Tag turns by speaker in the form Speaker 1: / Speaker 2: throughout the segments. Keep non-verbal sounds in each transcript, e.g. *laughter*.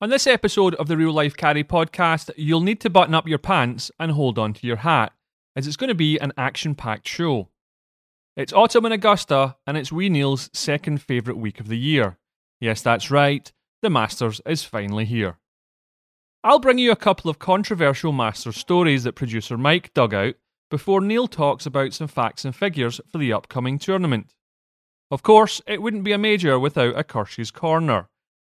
Speaker 1: On this episode of the Real Life Carry podcast, you'll need to button up your pants and hold on to your hat, as it's going to be an action packed show. It's autumn in Augusta, and it's Wee Neil's second favourite week of the year. Yes, that's right, the Masters is finally here. I'll bring you a couple of controversial Masters stories that producer Mike dug out before Neil talks about some facts and figures for the upcoming tournament. Of course, it wouldn't be a major without a Kersh's Corner.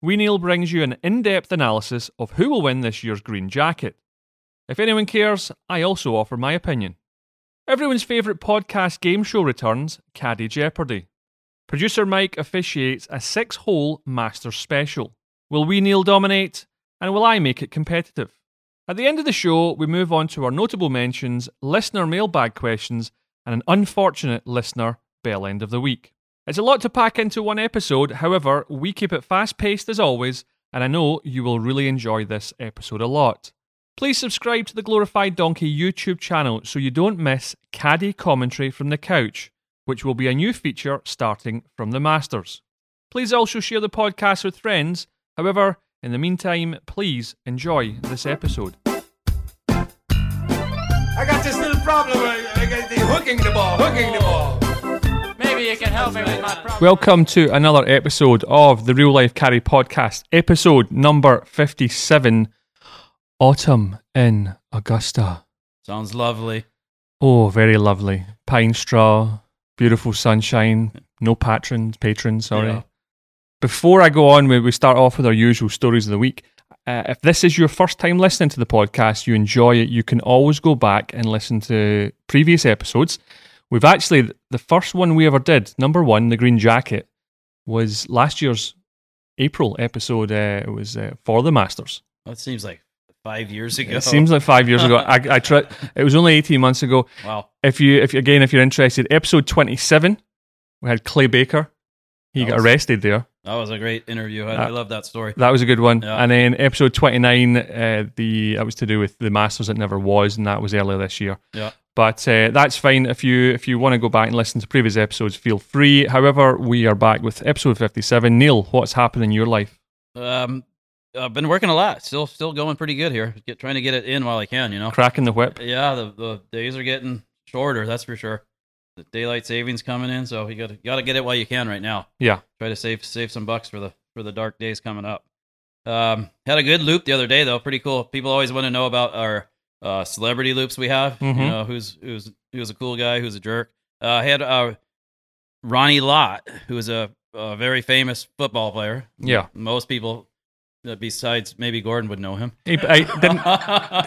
Speaker 1: We Neil brings you an in depth analysis of who will win this year's green jacket. If anyone cares, I also offer my opinion. Everyone's favourite podcast game show returns Caddy Jeopardy. Producer Mike officiates a six hole Masters special. Will We Neil dominate? And will I make it competitive? At the end of the show, we move on to our notable mentions, listener mailbag questions, and an unfortunate listener bell end of the week. It's a lot to pack into one episode, however, we keep it fast paced as always, and I know you will really enjoy this episode a lot. Please subscribe to the Glorified Donkey YouTube channel so you don't miss caddy commentary from the couch, which will be a new feature starting from the Masters. Please also share the podcast with friends. However, in the meantime, please enjoy this episode.
Speaker 2: I got this little problem with I got the hooking the ball, hooking the ball.
Speaker 3: Maybe you can help me with my problem.
Speaker 1: Welcome to another episode of the Real Life Carry Podcast, episode number 57 Autumn in Augusta.
Speaker 4: Sounds lovely.
Speaker 1: Oh, very lovely. Pine straw, beautiful sunshine, no patrons, patrons, sorry.
Speaker 4: Yeah.
Speaker 1: Before I go on, we, we start off with our usual stories of the week. Uh, if this is your first time listening to the podcast, you enjoy it, you can always go back and listen to previous episodes. We've actually, the first one we ever did, number one, The Green Jacket, was last year's April episode. Uh, it was uh, for the Masters.
Speaker 4: That seems like five years ago.
Speaker 1: It seems like five years ago. I, I try, It was only eighteen months ago.
Speaker 4: wow.
Speaker 1: If you, if you, again, if you're interested, episode twenty-seven, we had Clay Baker. He
Speaker 4: That
Speaker 1: got
Speaker 4: was-
Speaker 1: arrested there.
Speaker 4: That was a great interview. I, I
Speaker 1: Uh,
Speaker 4: love that story.
Speaker 1: That was a good one.
Speaker 4: Yeah.
Speaker 1: And then episode twenty-nine, uh, the that was to do with the Masters that never was, and that was earlier this year.
Speaker 4: Yeah.
Speaker 1: But uh, that's fine. If you if you want to go back and listen to previous episodes, feel free. However, we are back with episode fifty-seven. Neil, what's happened in your life?
Speaker 4: Um, I've been working a lot. Still, still going pretty good here. Get trying to get it in while I can. You know.
Speaker 1: Cracking the
Speaker 4: *laughs*
Speaker 1: whip.
Speaker 4: Yeah. The, the days are getting shorter. That's for sure. The daylight savings coming in, so you got to got to get it while you can right now.
Speaker 1: Yeah.
Speaker 4: Try to save save some bucks for the for the dark days coming up. Um, had a good loop the other day though. Pretty cool. People always want to know about our uh, celebrity loops we have.
Speaker 1: Mhm.
Speaker 4: You know who's who's who's a cool guy, who's a jerk. Uh, I had uh, Ronnie Lott, who is a, a very famous football player.
Speaker 1: Yeah.
Speaker 4: most people uh, besides maybe Gordon would know him.
Speaker 1: He, I,
Speaker 4: *laughs*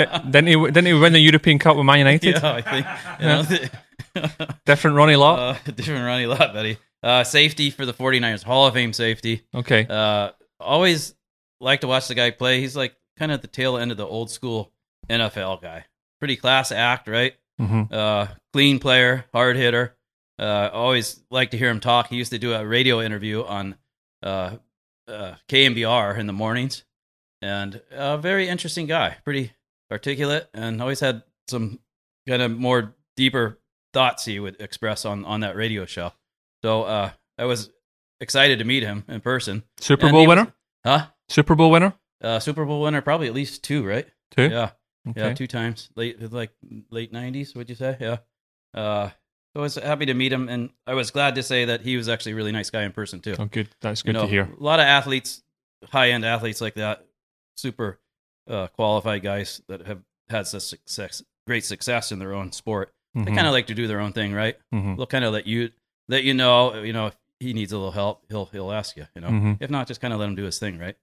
Speaker 1: didn't, didn't he didn't he win the European Cup with Man United? *laughs*
Speaker 4: yeah, I think. You know,
Speaker 1: Different Ronnie Lott.
Speaker 4: *laughs* uh, different Ronnie Lott, buddy. Uh, safety for the 49ers, Hall of Fame safety.
Speaker 1: Okay.
Speaker 4: Uh, always like to watch the guy play. He's like kind of at the tail end of the old school NFL guy. Pretty class act, right?
Speaker 1: hmm
Speaker 4: Uh, clean player, hard hitter. Uh, always like to hear him talk. He used to do a radio interview on uh, uh, KMBR in the mornings, and a very interesting guy. Pretty articulate, and always had some kind of more deeper thoughts he would express on on that radio show. So uh, I was excited to meet him in person.
Speaker 1: Super
Speaker 4: And
Speaker 1: Bowl
Speaker 4: he was-
Speaker 1: winner.
Speaker 4: Huh?
Speaker 1: Super Bowl winner.
Speaker 4: Uh, Super Bowl winner, probably at least two, right?
Speaker 1: Two.
Speaker 4: Yeah, yeah,
Speaker 1: Okay.
Speaker 4: two times. Late, like late nineties, would you say? Yeah. Uh, I was happy to meet him, and I was glad to say that he was actually a really nice guy in person too.
Speaker 1: Oh, good. That's
Speaker 4: You
Speaker 1: good
Speaker 4: know,
Speaker 1: to hear.
Speaker 4: A lot of athletes, high end athletes like that, super uh, qualified guys that have had such success, great success in their own sport. They
Speaker 1: Mhm,
Speaker 4: kind of like to do their own thing, right?
Speaker 1: mhm,
Speaker 4: They'll kind of let you let you know, you know, if he needs a little help, he'll he'll ask you, you know.
Speaker 1: mhm.
Speaker 4: If not, just kind of let him do his thing, right?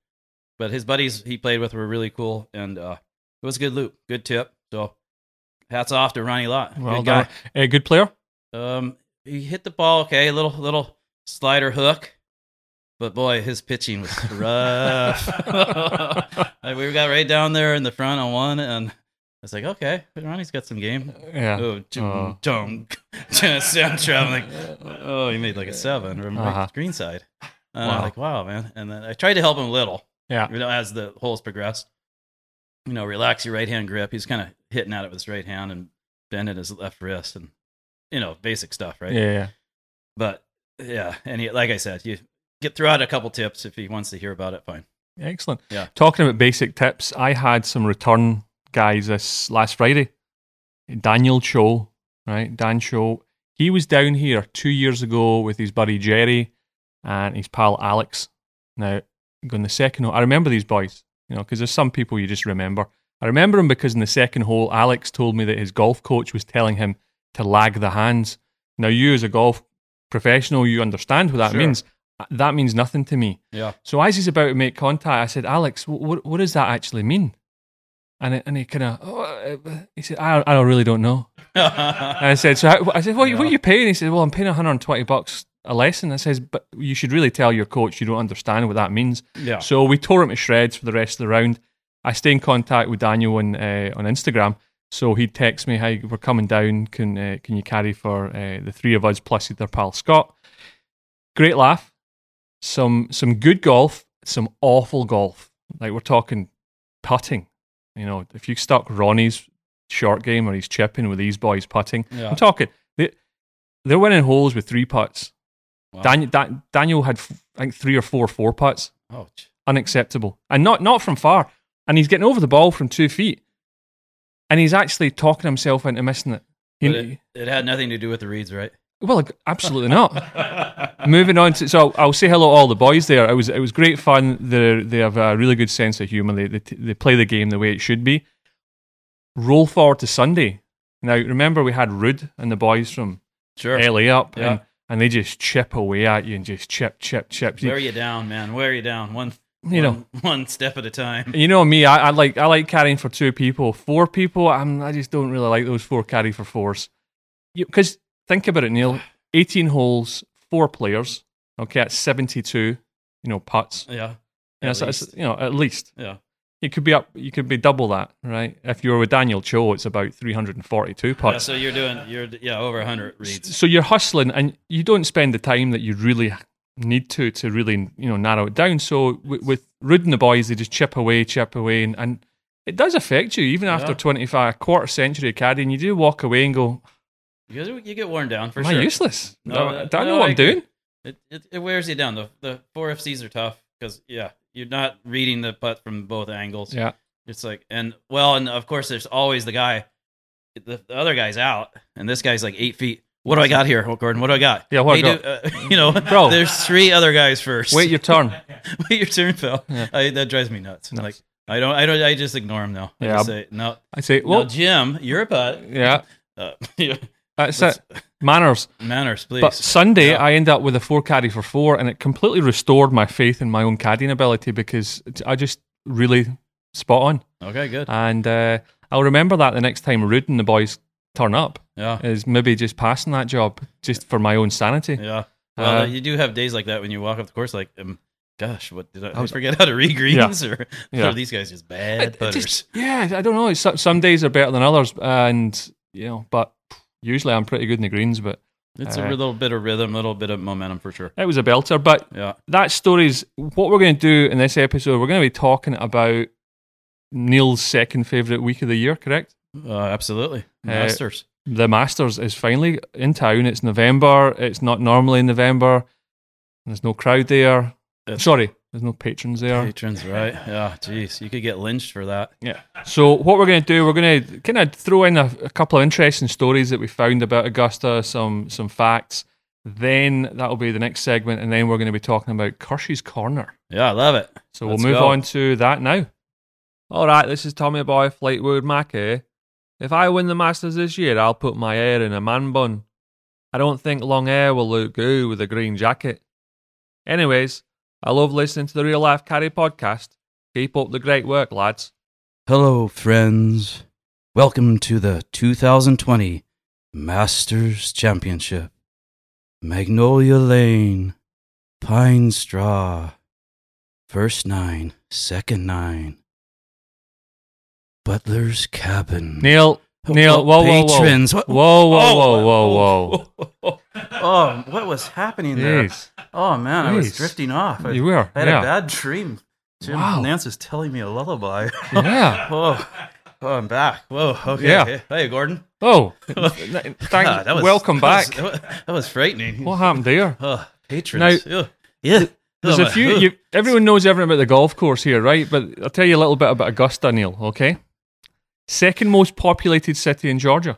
Speaker 4: But his buddies he played with were really cool, and uh, it was a good loop, good tip. So hats off to Ronnie Lott.
Speaker 1: Well
Speaker 4: good guy.
Speaker 1: done. A good player.
Speaker 4: Um, he hit the ball okay, little little slider hook, but boy, his pitching was rough. Like, we got right down there in the front on one, and it's like okay, Ronnie's got some game.
Speaker 1: *laughs*
Speaker 4: *laughs*
Speaker 1: Yeah.
Speaker 4: Oh,
Speaker 1: Oh.
Speaker 4: jum, jum, *laughs* sound traveling. Oh, he made like a seven from
Speaker 1: Uh-huh.
Speaker 4: green side. And
Speaker 1: Wow.
Speaker 4: I'm like, wow, man. And then I tried to help him a little.
Speaker 1: Yeah.
Speaker 4: You know, as the holes progressed, you know, relax your right hand grip. He's kind of hitting at it with his right hand and bending his left wrist and, you know, basic stuff, right?
Speaker 1: Yeah.
Speaker 4: But yeah, and he, like I said, you get throw out a couple tips if he wants to hear about it. Fine.
Speaker 1: Excellent.
Speaker 4: Yeah.
Speaker 1: Talking about basic tips, I had some return guys this last Friday. Daniel Cho, right? Dan Cho. He was down here two years ago with his buddy Jerry and his pal Alex. Now, going the second hole, I remember these boys, you know, because there's some people you just remember. I remember him because in the second hole, Alex told me that his golf coach was telling him to lag the hands. Now, you as a golf professional, you understand what that
Speaker 4: Sure.
Speaker 1: means. That means nothing to me.
Speaker 4: *laughs* Yeah.
Speaker 1: So as he's about to make contact, I said, "Alex, what what does that actually mean?" And it, and he kind of oh, uh, he said, "I I really don't know." And I said, "So how, I said, what, what are you paying?" He said, "Well, I'm paying 120 bucks a lesson." I says, "But you should really tell your coach you don't understand what that means."
Speaker 4: yeah.
Speaker 1: So we tore him to shreds for the rest of the round. I stay in contact with Daniel on uh, on Instagram. So he texts me, "Hey, we're coming down. Can uh, can you carry for uh, the three of us plus their pal Scott?" Great laugh, some some good golf, some awful golf. Like we're talking putting. You know, if you stuck Ronnie's short game or he's chipping with these boys putting,
Speaker 4: Yeah.
Speaker 1: I'm talking they they're winning holes with three putts.
Speaker 4: Wow.
Speaker 1: Daniel Dan, Daniel had f- I think three or four four putts
Speaker 4: Oh, ch-
Speaker 1: unacceptable and not not from far and he's getting over the ball from two feet and he's actually talking himself into missing it, He-
Speaker 4: but it, it had nothing to do with the reeds, right?
Speaker 1: well absolutely not *laughs* moving on to so I'll say hello to all the boys there it was it was great fun they they have a really good sense of humor they, they t- they play the game the way it should be roll forward to Sunday now remember we had Rude and the boys from
Speaker 4: Sure.
Speaker 1: LA up
Speaker 4: Yeah.
Speaker 1: and, and they just chip away at you and just chip chip *laughs* chip
Speaker 4: Wear you down, man. Wear you down. One,
Speaker 1: you know
Speaker 4: one- *laughs* one step at a time. *laughs*
Speaker 1: You know me, I, I like I like carrying for two people. Four people, I'm, I just don't really like those four carry for fours. Because think about it, Neil. 18 holes, four players. Okay, that's 72. You know, putts.
Speaker 4: Yeah.
Speaker 1: You know,
Speaker 4: At
Speaker 1: so it's-
Speaker 4: least.
Speaker 1: you know, at least
Speaker 4: Yeah.
Speaker 1: it could be up. You could be double that, right? If you're with Daniel Cho, it's about 342
Speaker 4: yeah.
Speaker 1: putts.
Speaker 4: So you're doing, you're, yeah, over 100 reeds.
Speaker 1: so you're hustling, and you don't spend the time that you really need to to really you know narrow it down. So with, with Rude and the boys, they just chip away, chip away, and, and it does affect you even after
Speaker 4: Yeah.
Speaker 1: 25 quarter century of caddying. You do walk away and go,
Speaker 4: You, guys- you get worn down for
Speaker 1: "Am
Speaker 4: sure.
Speaker 1: I useless?
Speaker 4: No,
Speaker 1: No, I
Speaker 4: that-
Speaker 1: don't
Speaker 4: no,
Speaker 1: know what
Speaker 4: I
Speaker 1: I'm
Speaker 4: agree.
Speaker 1: doing."
Speaker 4: It, it, it wears you down. The, the four FCs are tough because, yeah, you're not reading the putt from both angles.
Speaker 1: Yeah,
Speaker 4: It's like, and well, and of course, there's always the guy, the, the other guy's out, and this guy's like eight feet. What do I got here, Gordon? What do I got?
Speaker 1: Yeah, what I
Speaker 4: They do- uh, *laughs* you know,
Speaker 1: Bro.
Speaker 4: There's three other guys first.
Speaker 1: wait your
Speaker 4: *laughs*
Speaker 1: turn.
Speaker 4: Wait your turn, Phil.
Speaker 1: Yeah.
Speaker 4: I, that drives me nuts.
Speaker 1: Nuts.
Speaker 4: Like I don't, I don't, I just ignore him now. I
Speaker 1: Yeah.
Speaker 4: just say no.
Speaker 1: I say,
Speaker 4: Well,
Speaker 1: "Well,
Speaker 4: no, Jim, you're a butt.
Speaker 1: yeah,
Speaker 4: Uh, *laughs* yeah.
Speaker 1: that's
Speaker 4: Let's-
Speaker 1: it. *laughs* Manners."
Speaker 4: manners, please.
Speaker 1: But Sunday,
Speaker 4: Yeah.
Speaker 1: I end up with a four caddy for four, and it completely restored my faith in my own caddying ability because it's- I just really spot on.
Speaker 4: okay, good.
Speaker 1: And uh, I'll remember that the next time Rude and the boys turn up
Speaker 4: Yeah,
Speaker 1: is maybe just passing that job just for my own sanity.
Speaker 4: yeah. Well,
Speaker 1: Uh,
Speaker 4: you do have days like that when you walk up the course, like, um, gosh, what did I,
Speaker 1: was-
Speaker 4: I forget how to read greens, *laughs* or,
Speaker 1: Yeah.
Speaker 4: or these guys just
Speaker 1: It-
Speaker 4: bad
Speaker 1: it
Speaker 4: putters.
Speaker 1: just- yeah, I don't know. It's, so- some days are better than others, and you know, but usually I'm pretty good in the greens. But
Speaker 4: It's
Speaker 1: Uh,
Speaker 4: a little bit of rhythm, a little bit of momentum for sure.
Speaker 1: it was a belter. But
Speaker 4: Yeah.
Speaker 1: that story's what we're going to do in this episode. We're going to be talking about Neil's second favorite week of the year. Correct?
Speaker 4: Uh, absolutely. Masters.
Speaker 1: the Masters is finally in town. It's November. It's not normally in November. There's no crowd there.
Speaker 4: It's-
Speaker 1: Sorry, there's no patrons there.
Speaker 4: Patrons, right? Yeah. Jeez, you could get lynched for that.
Speaker 1: So what we're going to do, we're going to kind of throw in a, a couple of interesting stories that we found about Augusta, some some facts. Then that'll be the next segment, and then we're going to be talking about Kersh's Corner.
Speaker 4: Yeah, I love it.
Speaker 1: So
Speaker 4: Let's
Speaker 1: we'll move
Speaker 4: go.
Speaker 1: on to that now. All right, this is Tommy Boy Fleetwood Mac here. If I win the Masters this year, I'll put my hair in a man bun. I don't think long hair will look good with a green jacket. Anyways, I love listening to the Real Life Caddy podcast. Keep up the great work, lads.
Speaker 4: Hello, friends. Welcome to the 2020 Masters Championship. Magnolia Lane, Pine Straw. First nine, second nine. Butler's Cabin.
Speaker 1: Neil, Neil, whoa, whoa, whoa.
Speaker 4: Oh, Patrons. What- Oh.
Speaker 1: Whoa, whoa, whoa, whoa,
Speaker 4: whoa. Oh, what was happening there?
Speaker 1: Jeez,
Speaker 4: Oh, man, I was
Speaker 1: Jeez.
Speaker 4: drifting off. I,
Speaker 1: you were.
Speaker 4: I had a
Speaker 1: Yeah.
Speaker 4: bad dream. Jim
Speaker 1: Wow.
Speaker 4: Nance was telling me a lullaby.
Speaker 1: *laughs* yeah.
Speaker 4: Whoa. *laughs* Oh, I'm back. Whoa. Okay.
Speaker 1: Yeah.
Speaker 4: Hey, Gordon.
Speaker 1: *laughs* Oh,
Speaker 4: Thank,
Speaker 1: thank, welcome
Speaker 4: Ah, that was-
Speaker 1: back.
Speaker 4: That was, that was frightening.
Speaker 1: what happened there?
Speaker 4: Oh, patrons. Ugh. yeah.
Speaker 1: There's a few.
Speaker 4: *laughs*
Speaker 1: You, everyone knows everything about the golf course here, right? But I'll tell you a little bit about Augusta, Neil. Okay. Second most populated city in Georgia.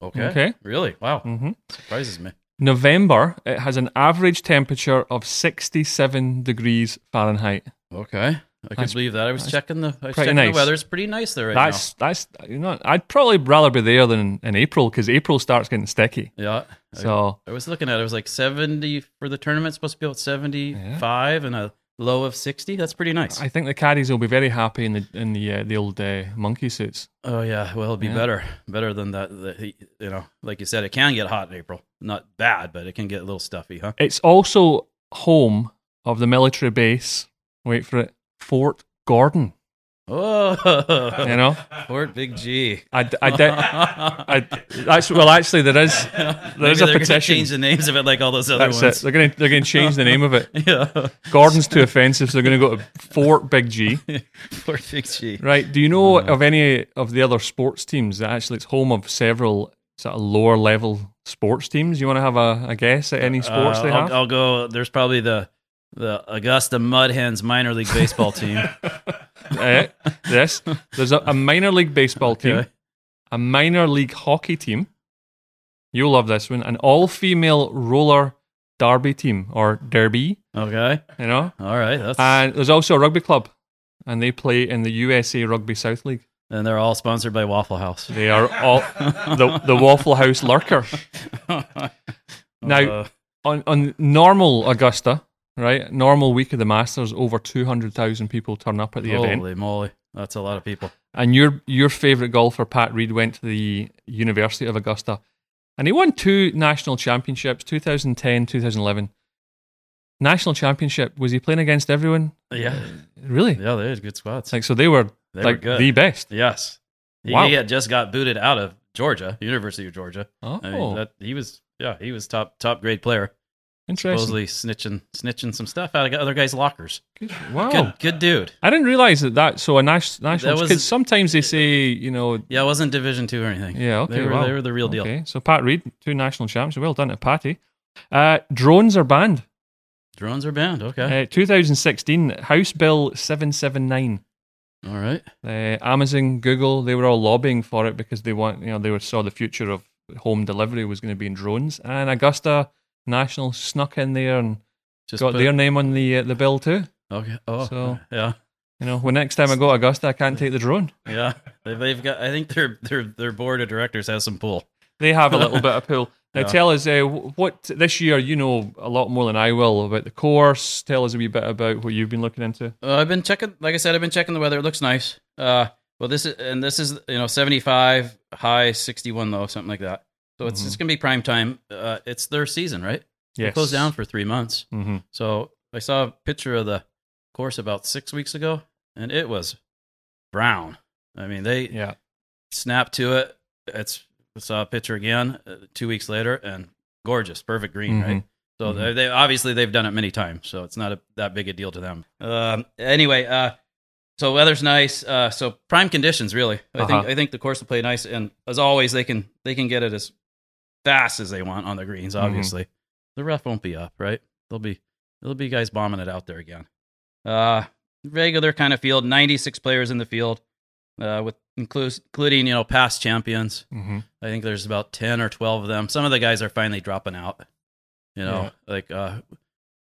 Speaker 4: okay.
Speaker 1: Okay.
Speaker 4: Really? Wow.
Speaker 1: hmm
Speaker 4: Surprises me.
Speaker 1: November, it has an average temperature of 67 degrees Fahrenheit.
Speaker 4: Okay. I can
Speaker 1: That's-
Speaker 4: believe that. I was checking the. I was
Speaker 1: pretty
Speaker 4: checking
Speaker 1: nice.
Speaker 4: the weather. It's pretty nice there right
Speaker 1: that's that's you know I'd probably rather be there than in April because April starts getting sticky.
Speaker 4: now. Yeah. I-
Speaker 1: So
Speaker 4: I, was looking at. it. It was like seventy for the tournament. Supposed to be about seventy-five and a low of sixty. That's pretty nice.
Speaker 1: I think the caddies will be very happy in the in the uh, the old uh, monkey suits.
Speaker 4: oh yeah. Well, it'll be
Speaker 1: Yeah.
Speaker 4: better. Better than that. The, you know, like you said, it can get hot in April. Not bad, but it can get a little stuffy, huh?
Speaker 1: It's also home of the military base. Wait for it, Fort Gordon.
Speaker 4: Oh,
Speaker 1: *laughs* You know,
Speaker 4: Fort Big G.
Speaker 1: I, d- I
Speaker 4: *laughs*
Speaker 1: de- I, that's well actually there is there
Speaker 4: Maybe
Speaker 1: is a
Speaker 4: they're gonna
Speaker 1: petition.
Speaker 4: Change the names of it like all those other
Speaker 1: That's it.
Speaker 4: ones.
Speaker 1: They're going to they're going to change the name of it.
Speaker 4: *laughs* Yeah.
Speaker 1: Gordon's too offensive, so they're going to go to Fort Big G.
Speaker 4: Fort Big G.
Speaker 1: Right. Do you know
Speaker 4: Mm-hmm.
Speaker 1: of any of the other sports teams that actually it's home of several sort of lower level sports teams? You want to have a, a guess at any sports
Speaker 4: Uh,
Speaker 1: they
Speaker 4: I'll,
Speaker 1: have?
Speaker 4: I'll go. There's probably the the Augusta Mud Hens minor league
Speaker 1: *laughs*
Speaker 4: baseball team.
Speaker 1: Eh, yes. There's a, a minor league baseball team,
Speaker 4: Okay.
Speaker 1: a minor league hockey team. You'll love this one. An all female roller derby team or derby,
Speaker 4: Okay.
Speaker 1: you know?
Speaker 4: All right. That's,
Speaker 1: And there's also a rugby club. And they play in the USA Rugby South League.
Speaker 4: and they're all sponsored by Waffle House. *laughs*
Speaker 1: They are all the, the Waffle House lurker. Now-
Speaker 4: Uh,
Speaker 1: on on normal Augusta, right? Normal week of the Masters, over two hundred thousand people turn up at the
Speaker 4: holy
Speaker 1: event.
Speaker 4: moly, that's a lot of people.
Speaker 1: And your your favorite golfer, Pat Reed, went to the University of Augusta, and he won two national championships: 2010, 2011. National championship was he playing against everyone?
Speaker 4: Yeah,
Speaker 1: Really?
Speaker 4: yeah, they had good squads.
Speaker 1: Like so, they were
Speaker 4: They
Speaker 1: like
Speaker 4: were good.
Speaker 1: the best.
Speaker 4: yes, he,
Speaker 1: Wow.
Speaker 4: he had just got booted out of Georgia, University of Georgia.
Speaker 1: Oh,
Speaker 4: I mean, that he was, yeah, he was top top grade player.
Speaker 1: interesting.
Speaker 4: Supposedly snitching snitching some stuff out of other guys' lockers.
Speaker 1: Good- Wow.
Speaker 4: Good, good dude.
Speaker 1: I didn't realize that. That so a nas- national
Speaker 4: was-
Speaker 1: because sometimes they say you know
Speaker 4: Yeah, it wasn't Division two or anything.
Speaker 1: Yeah, okay,
Speaker 4: they were
Speaker 1: wow.
Speaker 4: they were the real deal.
Speaker 1: Okay, so Pat Reed, two national champs. Well done to Patty. Uh, drones are banned.
Speaker 4: Drones are banned. Okay,
Speaker 1: Uh, 2016, House Bill 779.
Speaker 4: all right.
Speaker 1: Uh, Amazon, Google, they were all lobbying for it because they want, you know, they were, saw the future of home delivery was going to be in drones. And Augusta National snuck in there and
Speaker 4: Just
Speaker 1: got
Speaker 4: put-
Speaker 1: their name on the uh, the bill too.
Speaker 4: Okay. Oh,
Speaker 1: So-
Speaker 4: *laughs* yeah,
Speaker 1: You know, when next time I go to Augusta, I can't take the drone.
Speaker 4: yeah. They- They've got. I think their their their board of directors has some pull.
Speaker 1: They have a
Speaker 4: *laughs*
Speaker 1: little bit of pull. Now
Speaker 4: Yeah.
Speaker 1: tell us uh, wh- what this year. You know a lot more than I will about the course. Tell us a wee bit about what you've been looking into.
Speaker 4: Uh, I've been checking. Like I said, I've been checking the weather. It looks nice. Uh, well, this is and this is you know seventy five high, sixty one low, something like that. So it's
Speaker 1: Mhm.
Speaker 4: it's gonna be prime time. Uh, it's their season, right? They
Speaker 1: Yes.
Speaker 4: close down for three months.
Speaker 1: Mm-hmm.
Speaker 4: So I saw a picture of the course about six weeks ago, and it was brown. I mean, they
Speaker 1: Yeah.
Speaker 4: snapped to it. It's I saw a picture again uh, two weeks later, and gorgeous, perfect green,
Speaker 1: Mhm.
Speaker 4: right? So
Speaker 1: Mhm.
Speaker 4: They, they obviously they've done it many times, so it's not a, that big a deal to them. Um, anyway, uh, so weather's nice. Uh, so prime conditions, really. I think
Speaker 1: Uh-huh.
Speaker 4: I think the course will play nice, and as always, they can they can get it as fast as they want on the greens.
Speaker 1: Mm-hmm.
Speaker 4: Obviously, the rough won't be up, right? They'll be there'll be guys bombing it out there again. Uh, regular kind of field, ninety six players in the field, uh, with includes, including you know past champions.
Speaker 1: Mm-hmm.
Speaker 4: I think there's about 10 or 12 of them. Some of the guys are finally dropping out. You know, like uh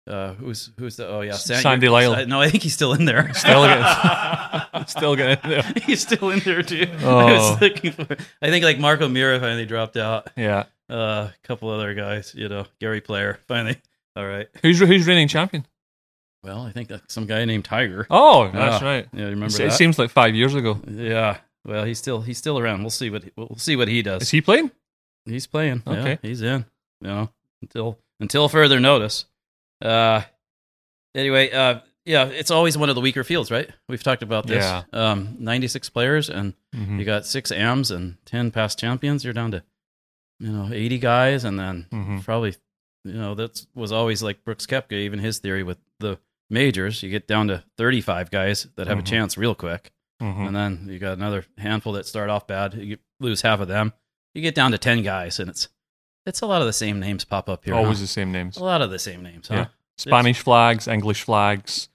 Speaker 4: uh who's who's the oh yeah,
Speaker 1: S- Sandy Lyle.
Speaker 4: No, I think he's still in there.
Speaker 1: Still
Speaker 4: *laughs*
Speaker 1: getting- still getting in there.
Speaker 4: He's still in there too. I
Speaker 1: Oh.
Speaker 4: was looking for I think like Marco Mira finally dropped out.
Speaker 1: Yeah.
Speaker 4: Uh a couple other guys, you know, Gary Player *laughs* finally. All right.
Speaker 1: Who's who's reigning champion?
Speaker 4: Well, I think that some guy named Tiger.
Speaker 1: Oh, that's right.
Speaker 4: Yeah, you remember
Speaker 1: It's-
Speaker 4: that?
Speaker 1: It seems like five years ago.
Speaker 4: yeah. Well, he's still he's still around. We'll see what he- we'll see what he does.
Speaker 1: Is he playing?
Speaker 4: He's playing. Yeah,
Speaker 1: Okay.
Speaker 4: he's in. You know, until until further notice. Uh, anyway, uh, yeah, it's always one of the weaker fields, right? We've talked about this.
Speaker 1: Yeah.
Speaker 4: Um, ninety-six players, and
Speaker 1: Mm-hmm.
Speaker 4: you got six AMs and ten past champions. You're down to, you know, eighty guys, and then
Speaker 1: Mhm.
Speaker 4: probably, you know, that was always like Brooks Kepka. Even his theory with the majors, you get down to thirty-five guys that have
Speaker 1: Mhm.
Speaker 4: a chance real quick
Speaker 1: Mm-hmm.
Speaker 4: and then you got another handful that start off bad. You lose half of them. You get down to ten guys, and it's it's a lot of the same names pop up here.
Speaker 1: Always
Speaker 4: huh?
Speaker 1: the same names.
Speaker 4: a lot of the same names, huh?
Speaker 1: Yeah. Spanish flags, English flags,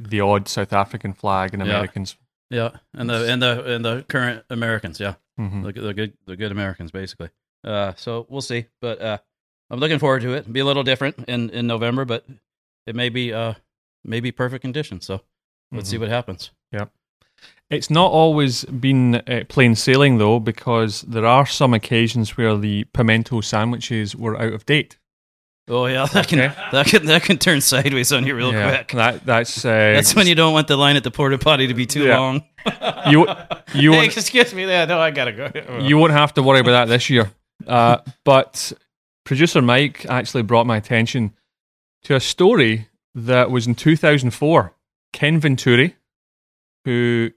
Speaker 1: the odd South African flag, and
Speaker 4: Yeah.
Speaker 1: Americans.
Speaker 4: Yeah, and the and the and the current Americans, yeah,
Speaker 1: Mhm.
Speaker 4: the, the good the good Americans, basically. Uh, so we'll see, but uh, I'm looking forward to it. It'll be a little different in in November, but it may be uh maybe perfect conditions. So
Speaker 1: Mm-hmm.
Speaker 4: let's see what happens.
Speaker 1: It's not always been uh, plain sailing though, because there are some occasions where the pimento sandwiches were out of date.
Speaker 4: Oh yeah, that can that can that can turn sideways on you real
Speaker 1: Yeah,
Speaker 4: quick.
Speaker 1: That that's
Speaker 4: *laughs*
Speaker 1: uh,
Speaker 4: That's when you don't want the line at the porta potty to be too
Speaker 1: Yeah.
Speaker 4: long.
Speaker 1: *laughs* you you
Speaker 4: Hey,
Speaker 1: won't,
Speaker 4: excuse me, there. No, I gotta go.
Speaker 1: you won't have to worry about that this year. Uh, *laughs* but producer Mike actually brought my attention to a story that was in 2004. Ken Venturi, who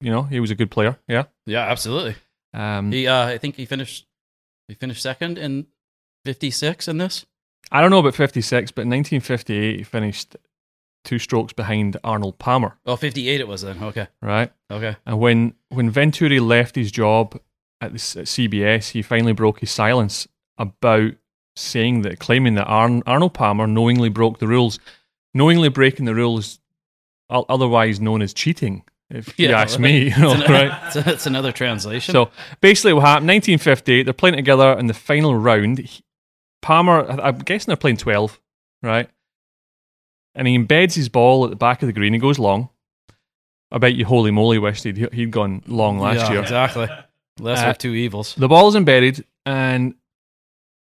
Speaker 1: you know he was a good player, yeah.
Speaker 4: yeah, absolutely.
Speaker 1: Um,
Speaker 4: He, uh, I think he finished. He finished second in '56 in this.
Speaker 1: I don't know about 56, but in 1958 he finished two strokes behind Arnold Palmer,
Speaker 4: Oh, 58 it was then. Okay,
Speaker 1: right? *laughs*
Speaker 4: okay.
Speaker 1: And when, when Venturi left his job at, the, s- at CBS, he finally broke his silence about saying that, claiming that Arn, Arnold Palmer knowingly broke the rules. Knowingly breaking the rules, o- otherwise known as cheating, if you
Speaker 4: Yeah,
Speaker 1: ask me, *laughs* you know,
Speaker 4: It's an-
Speaker 1: right?
Speaker 4: *laughs* it's, it's another translation.
Speaker 1: So basically, what happened? 1958, they're playing together in the final round. He- Palmer, I- I'm guessing they're playing 12, right? And he embeds his ball at the back of the green. He goes long. I bet you, holy moly, wished he'd, he'd gone long last
Speaker 4: Yeah,
Speaker 1: year.
Speaker 4: exactly. Lesser
Speaker 1: Uh,
Speaker 4: of two evils.
Speaker 1: The ball's embedded, and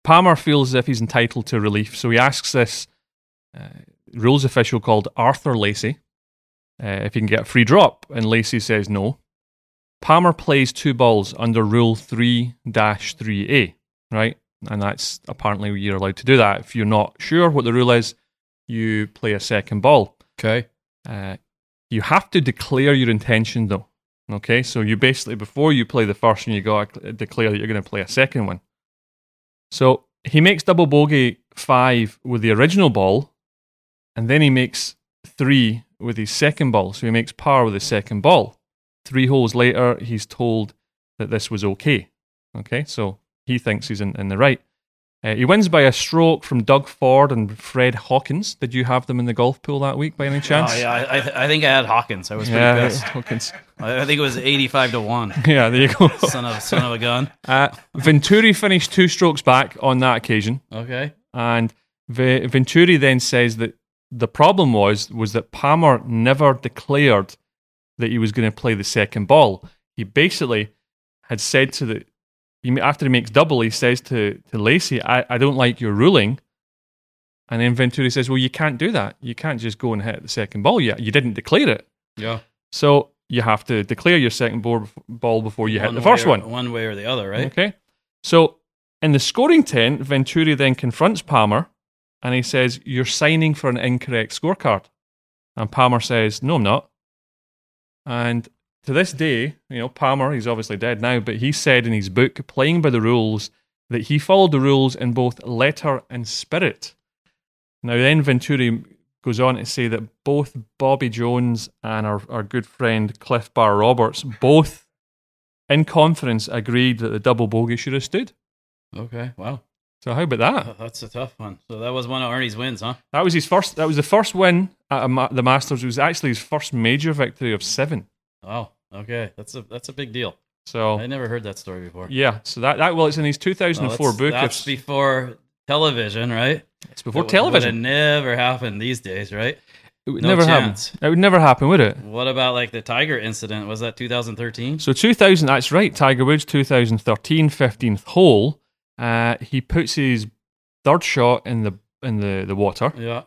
Speaker 1: Palmer feels as if he's entitled to relief. So he asks this uh, rules official called Arthur Lacey uh, if he can get a free drop, and Lacey says no. Palmer plays two balls under Rule 3 3A, right? And that's apparently you're allowed to do that. If you're not sure what the rule is, you play a second ball.
Speaker 4: Okay.
Speaker 1: Uh, you have to declare your intention though. Okay, so you basically before you play the first one, you got to declare that you're going to play a second one. So he makes double bogey five with the original ball, and then he makes three with his second ball. So he makes par with his second ball. Three holes later, he's told that this was okay. Okay, so he thinks he's in, in the right. Uh, he wins by a stroke from Doug Ford and Fred Hawkins. Did you have them in the golf pool that week by any chance?
Speaker 4: *laughs* Oh yeah, I, I, th- I think I had Hawkins. I was pretty
Speaker 1: Yeah,
Speaker 4: pissed.
Speaker 1: Hawkins. *laughs*
Speaker 4: I, I think it was 85 to one.
Speaker 1: Yeah, there you go.
Speaker 4: son of son of a gun.
Speaker 1: *laughs* Uh, Venturi finished two strokes back on that occasion,
Speaker 4: Okay.
Speaker 1: and v- Venturi then says that the problem was was that Palmer never declared that he was going to play the second ball. He basically had said to the he, ma- after he makes double, he says to to Lacey, I, "I don't like your ruling." And then Venturi says, "Well, you can't do that. You can't just go and hit the second ball. You you didn't declare it,
Speaker 4: Yeah.
Speaker 1: so you have to declare your second ball, ball before you hit the
Speaker 4: way
Speaker 1: first
Speaker 4: or-
Speaker 1: one." Mm-hmm.
Speaker 4: One way or the other, right?
Speaker 1: Okay. So in the scoring tent, Venturi then confronts Palmer and he says, You're signing for an incorrect scorecard. And Palmer says, No, I'm not. And to this day, you know, Palmer, he's obviously dead now, but he said in his book, Playing by the Rules, that he followed the rules in both letter and spirit. Now, then Venturi goes on to say that both Bobby Jones and our, our good friend Cliff Bar Roberts both in conference agreed that the double bogey should have stood.
Speaker 4: Okay. Wow.
Speaker 1: So how about that?
Speaker 4: Oh, that's a tough one. So that was one of Arnie's wins, huh?
Speaker 1: That was his first. That was the first win at a ma- the Masters. It was actually his first major victory of seven.
Speaker 4: Wow. Okay. That's a that's a big deal. I
Speaker 1: So
Speaker 4: never heard that story before.
Speaker 1: yeah, so that that well, it's in his
Speaker 4: No,
Speaker 1: 2004
Speaker 4: that's-
Speaker 1: book.
Speaker 4: That's
Speaker 1: it's,
Speaker 4: before television, right?
Speaker 1: it's before
Speaker 4: That would-
Speaker 1: television.
Speaker 4: Would have never happened these days, right?
Speaker 1: It would
Speaker 4: no
Speaker 1: never
Speaker 4: chance.
Speaker 1: happen. It would never happen, would it?
Speaker 4: What about like the Tiger incident? Was that 2013?
Speaker 1: So 2000. That's right. Tiger Woods 2013 15th hole. Uh, he puts his third shot in the in the the water.
Speaker 4: Yeah.